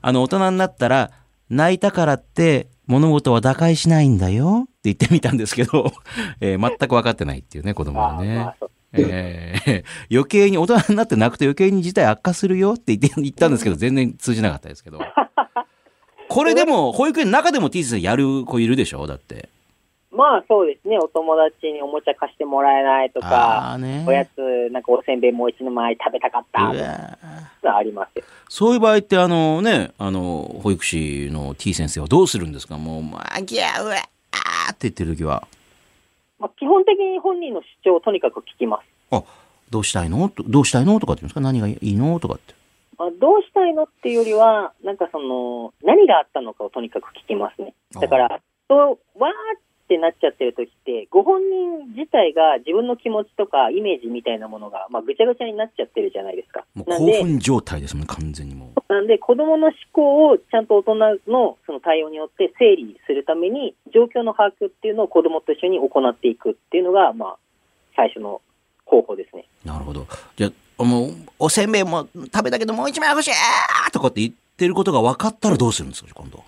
S1: あの、大人になったら、泣いたからって物事は打開しないんだよって言ってみたんですけど、えー全く分かってないっていうね、子供は
S4: あ
S1: ね
S4: まあ。そう
S1: えー 余計に、大人になって泣くと余計に事態悪化するよって言って言ったんですけど、全然通じなかったですけど。これでも、保育園の中でもティースやる子いるでしょだって。
S4: まあそうですね、お友達におもちゃ貸してもらえないと
S1: あ
S4: か、
S1: ーね
S4: おやつ、なんかおせんべいもう一の前食べたかった
S1: う
S4: と
S1: わー
S4: かありますよ。
S1: そういう場合って、あのね、あの、保育士の T 先生はどうするんですかもう、まあ、ギャー、うわーって言ってる時は、
S4: まあ、基本的に本人の主張をとにかく聞きます。
S1: あ、どうしたいのとどうしたいのとかって言うんですか何がいいのとかって。
S4: まあ、どうしたいのっていうよりは、なんかその、何があったのかをとにかく聞きますね。だから、そう、わーってなっちゃってる時って、ご本人自体が自分の気持ちとかイメージみたいなものが、まあ、ぐちゃぐちゃになっちゃってるじゃないですか。
S1: もう
S4: なん
S1: 興
S4: で、
S1: 奮状態ですもんね、完全にもう。
S4: なんで子供の思考をちゃんと大人のその対応によって整理するために、状況の把握っていうのを子供と一緒に行っていくっていうのが、まあ、最初の方法ですね。
S1: なるほど。じゃあ、もう、おせんべいも食べたけど、もう一枚欲しいあーとかって言ってることが分かったらどうするんですか今度。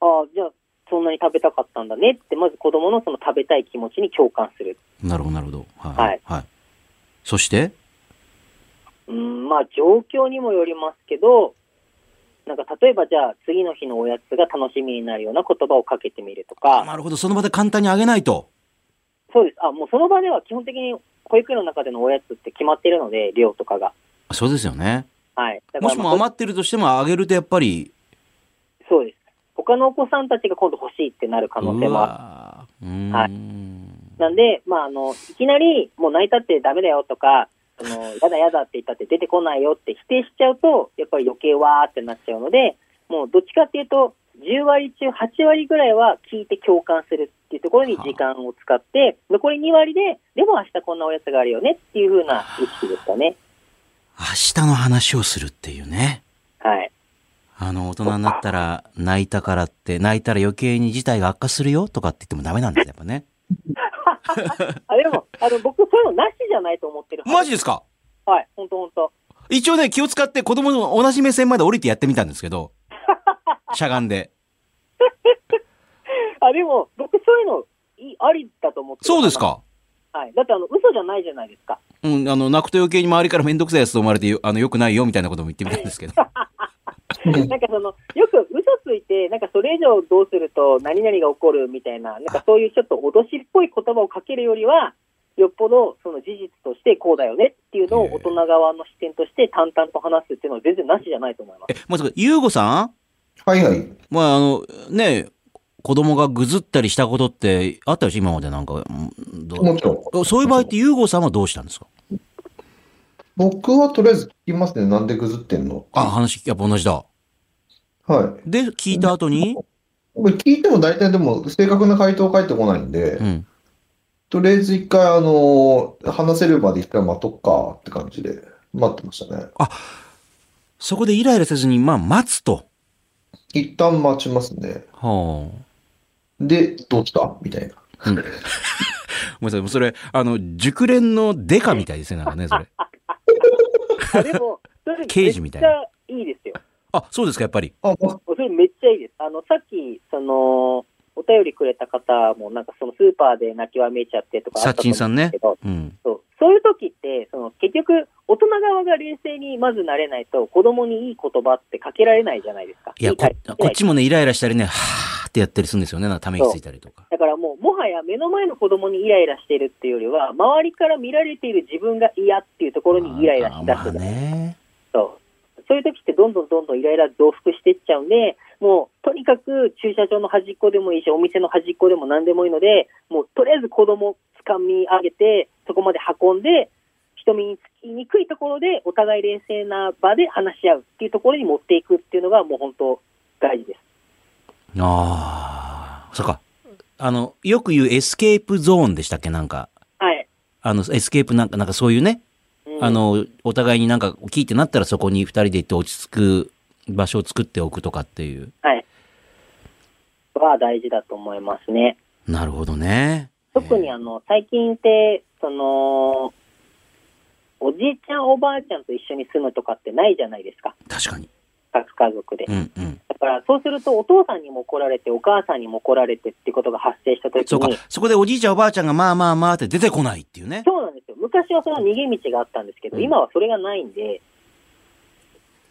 S4: ああ、じゃあ、そんなに食べたかったんだねって、まず子供のその食べたい気持ちに共感する。
S1: なるほど、なるほど。はい。
S4: はい
S1: そして、
S4: うん、まあ、状況にもよりますけど、なんか例えばじゃあ、次の日のおやつが楽しみになるような言葉をかけてみるとか、
S1: なるほど、その場で簡単にあげないと。
S4: そうです。あ、もうその場では基本的に保育園の中でのおやつって決まっているので、量とかが。
S1: そうですよね。
S4: はい。だ
S1: もしも
S4: まあ
S1: 余ってるとしても、あげるとやっぱり、
S4: そうです。他のお子さんたちが今度欲しいってなる可能性もある。
S1: うわーうーん
S4: はいなんで、まあ、あの、いきなり、もう泣いたってダメだよとか、あの、 やだやだって言ったって出てこないよって否定しちゃうと、やっぱり余計わーってなっちゃうので、もうどっちかっていうと、10割中8割ぐらいは聞いて共感するっていうところに時間を使って、残り2割で、でも明日こんなおやつがあるよねっていう風な意識ですかね。
S1: 明日の話をするっていうね。
S4: はい。
S1: あの、大人になったら泣いたからって、泣いたら余計に事態が悪化するよとかって言ってもダメなんですねやっぱね。
S4: あ、でも、あの、僕そういうのなしじゃないと思ってる。
S1: マジですか
S4: はい、ほんとほんと。
S1: 一応ね、気を使って子供の同じ目線まで降りてやってみたんですけど、しゃがんで。
S4: あ、でも、僕そういうのいい、ありだと思ってる
S1: そうですか
S4: はい。だって、あの、嘘じゃないじゃないですか。
S1: うん、あの、泣くと余計に周りからめんどくさいやつと思われて、よあの、良くないよみたいなことも言ってみたんですけど。
S4: なんかその、よく嘘ついて、なんかそれ以上どうすると何々が起こるみたいな、なんかそういうちょっと脅しっぽい言葉をかけるよりは、よっぽどその事実としてこうだよねっていうの
S1: ええ
S4: を大人側の視点として淡々と話すっていうのは全然なしじゃないと思います。
S1: え、まさか、ゆうごさん
S2: はいはい。
S1: まあ、あの、ね、子供がぐずったりしたことってあったでしょ今までなんか。うんどう
S2: もちろん。
S1: そういう場合って、ユーゴさんはどうしたんですか
S2: 僕はとりあえず聞きますね。なんでぐずってんの
S1: あ、話、やっぱ同じだ。
S2: は
S1: で、聞いた後に、
S2: い。聞いても大体でも正確な回答返ってこないんで
S1: う、ん。
S2: とりあえず一回、あのー話せるまで一回待とっかって感じで、待ってましたね。
S1: そこでイライラせずに、まあ、待つと。
S2: 一旦待ちますね。
S1: はあ。
S2: で、どうしたみたいな。
S1: ごめんなさい、もうそれ、あの、熟練のデカみたいですね、なんかね、それ。
S4: あでも、それ
S1: 刑事みたいな
S4: めっちゃいいですよ。
S1: あ、そうですか、やっぱり。
S2: あ、ま
S4: それめっちゃいいです。あの、さっき、その、お便りくれた方も、なんかそのスーパーで泣きわめいちゃってとかあ
S1: サ
S4: っ
S1: ッ
S4: たと
S1: チ
S4: 思
S1: ンさ
S4: うんんです
S1: ね
S4: けど、。
S1: うん。
S4: そうそういう時って、その結局、大人側が冷静にまずなれないと、子供にいい言葉ってかけられないじゃないですか。
S1: いや
S4: 理解
S1: こ
S4: できな、
S1: こっちもね、イライラしたりね、はーってやったりするんですよね、なんかため息ついたりとか。
S4: だからもう、もはや目の前の子供にイライラしてるっていうよりは、周りから見られている自分が嫌っていうところにイライラしだ
S1: あ
S4: す
S1: ーまあね。
S4: そう。そういう時ってどんどんどんどんイライラ増幅していっちゃうんで、もうとにかく駐車場の端っこでもいいし、お店の端っこでも何でもいいので、もうとりあえず子供掴み上げて、そこまで運んで、人目につきにくいところでお互い冷静な場で話し合うっていうところに持っていくっていうのがもう本当大事です。
S1: ああ、そっか。あの、よく言うエスケープゾーンでしたっけ、なんか。
S4: はい。
S1: あの、エスケープなんか、なんかそういうね、
S4: うん
S1: あ、の、お互いになんか聞いてなったらそこに二人で行って落ち着く場所を作っておくとかっていう。
S4: はい。は大事だと思いますね。
S1: なるほどね。
S4: 特に
S1: えー
S4: あの、最近って、その、おじいちゃん、おばあちゃんと一緒に住むとかってないじゃないですか。
S1: 確かに。
S4: 各家族で。
S1: うんうん。
S4: だから、そうするとお父さんにも怒られて、お母さんにも怒られてってことが発生したとき
S1: そうか
S4: に、、
S1: そこでおじいちゃんおばあちゃんがまあまあまあって出てこないっていうね。
S4: そうなんですよ。昔はその逃げ道があったんですけど、
S1: うん
S4: 今はそれがないんで、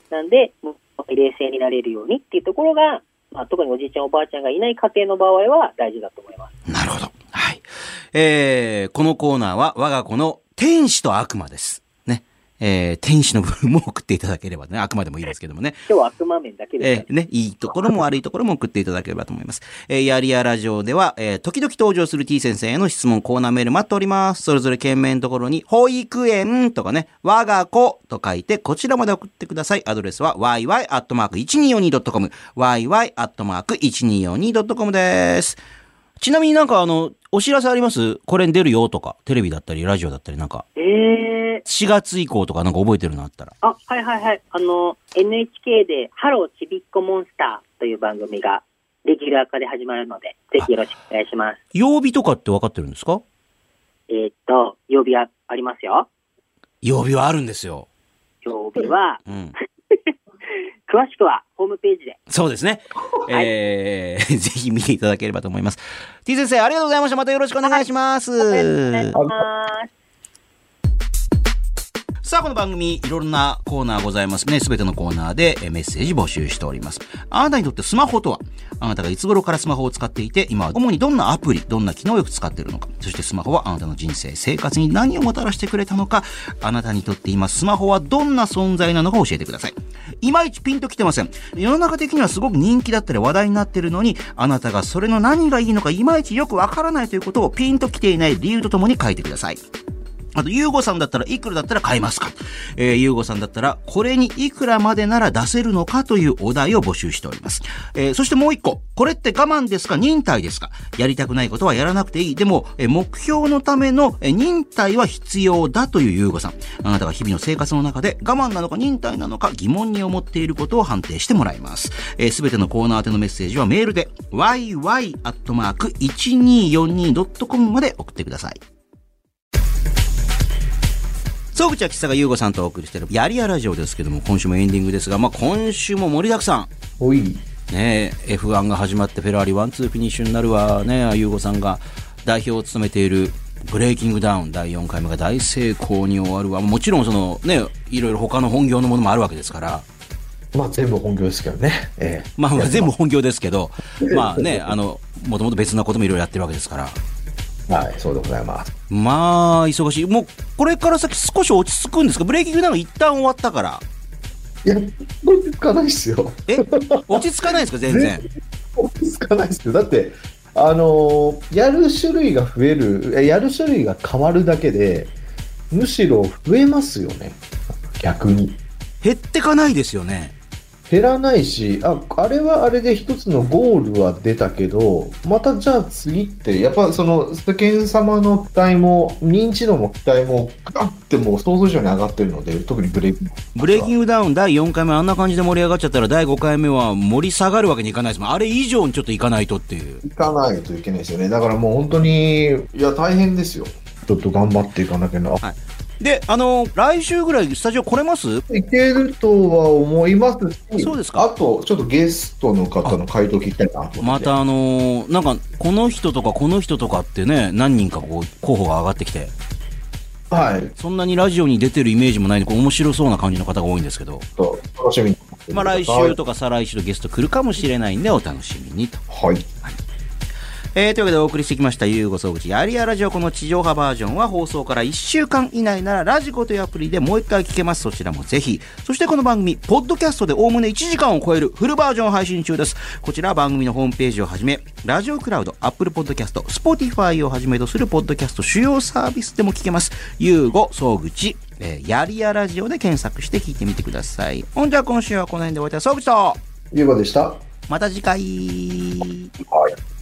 S4: なんで、もう冷静になれるようにっていうところが、まあ、特におじいちゃん、おばあちゃんがいない家庭の場合は大事だと思います。
S1: なるほど。はい。えー、このコーナーは我が子の天使と悪魔です。ね。えー、天使の部分も送っていただければね、悪魔でもいいですけどもね。
S4: 今日は悪魔面だけですから
S1: えーね、いいところも悪いところも送っていただければと思います。えー、やりやラジオでは、えー、時々登場する t 先生への質問コーナーメール待っております。それぞれ件名のところに、保育園とかね、我が子と書いて、こちらまで送ってください。アドレスは yy.1242.com、yy.1242.com です。ちなみになんかあの、お知らせありますこれに出るよとか、テレビだったり、ラジオだったりなんか、
S4: えー、
S1: 4月以降とかなんか覚えてるのあったら。
S4: あ、はいはいはい。あの、NHK で、ハローちびっこモンスターという番組が、レギュラー化で始まるので、ぜひよろしくお願いします。
S1: 曜日とかって分かってるんですか
S4: えーっと、曜日はありますよ。
S1: 曜日はあるんですよ。
S4: 曜日は、
S1: うん。
S4: 詳しくはホームページで。
S1: そうですね。えー、 ぜひ見ていただければと思います。T 先生、ありがとうございました。またよろしくお願いします。
S4: ます。
S1: さあ、この番組、いろんなコーナーございますね。すべてのコーナーでえーメッセージ募集しております。あなたにとってスマホとはあなたがいつ頃からスマホを使っていて、今は主にどんなアプリ、どんな機能をよく使っているのか、そしてスマホはあなたの人生、生活に何をもたらしてくれたのか、あなたにとって今スマホはどんな存在なのか教えてください。いまいちピンときてません。世の中的にはすごく人気だったり話題になっているのに、あなたがそれの何がいいのかいまいちよくわからないということをピンときていない理由とともに書いてください。あと、ゆうごさんだったらいくらだったら買えますかえー、ゆうごさんだったら、これにいくらまでなら出せるのかというお題を募集しております。えー、そしてもう一個。これって我慢ですか忍耐ですかやりたくないことはやらなくていい。でも、えー目標のための、えー忍耐は必要だというゆうごさん。あなたが日々の生活の中で我慢なのか忍耐なのか疑問に思っていることを判定してもらいます。えー、すべてのコーナー宛てのメッセージはメールで、yy.1242.com まで送ってください。総口は吉が優吾さんとお送りしているやりやラジオですけども今週もエンディングですが、まあ、今週も盛りだくさ
S2: おい。
S1: ん、ねえ、F1 が始まってフェラーリワンツーフィニッシュになるわね優吾さんが代表を務めているブレイキングダウン第4回目が大成功に終わるわもちろんそのねいろいろ他の本業のものもあるわけですから
S2: まあ全部本業ですけどね。ええ。
S1: まあまあ全部本業ですけ どまあねあのもともと別なこともいろいろやってるわけですから
S2: はい、そうでございます。
S1: まあ忙しいもうこれから先少し落ち着くんですかブレイキングダウン一旦終わったから
S2: いや、どうつかないっすよ。
S1: え落ち着かないですか全然
S2: 気づかないですよ。だって、あのーやる種類が増える、えやる種類が変わるだけで、むしろ増えますよね。逆に。
S1: 減ってかないですよね。
S2: 減らないし、あ、あれはあれで一つのゴールは出たけど、またじゃあ次って、やっぱその世間様の期待も、認知度も期待も、ガッてもう想像以上に上がってるので、特にブレイク。
S1: ブレイキングダウン第4回目あんな感じで盛り上がっちゃったら第5回目は盛り下がるわけにいかないですもん。あれ以上にちょっといかないとっていう。
S2: 行かないといけないですよね。だからもう本当に、いや、大変ですよ。ちょっと頑張っていかなきゃな。
S1: で、あの、来週ぐらいスタジオ来れます
S2: いけるとは思いますし、
S1: そうですか
S2: あと、ちょっとゲストの方の回答聞きたいなと思っ
S1: ま
S2: て。
S1: たあのーなんか、この人とかこの人とかってね、何人かこう、候補が上がってきて、
S2: た。はい。ち
S1: そんなにラジオに出てるイメージもないんで、こう面白そうな感じの方が多いんですけど、
S2: ょっと楽しみに。
S1: まあ来週とか再来週とゲスト来るかもしれないんで、お楽しみにと。
S2: はい。
S1: えー、というわけでお送りしてきました、ゆうご総口やりやラジオ。この地上波バージョンは放送から1週間以内なら、ラジコというアプリでもう一回聞けます。そちらもぜひ。そしてこの番組、ポッドキャストでおおむね1時間を超えるフルバージョンを配信中です。こちらは番組のホームページをはじめ、ラジオクラウド、アップルポッドキャスト、スポティファイをはじめとするポッドキャスト主要サービスでも聞けます。ゆうご総口、えー、やりやラジオで検索して聞いてみてください。ほんじゃあ今週はこの辺で終わりたい。総口と、
S2: ゆうばでした。
S1: また次回。
S2: はい。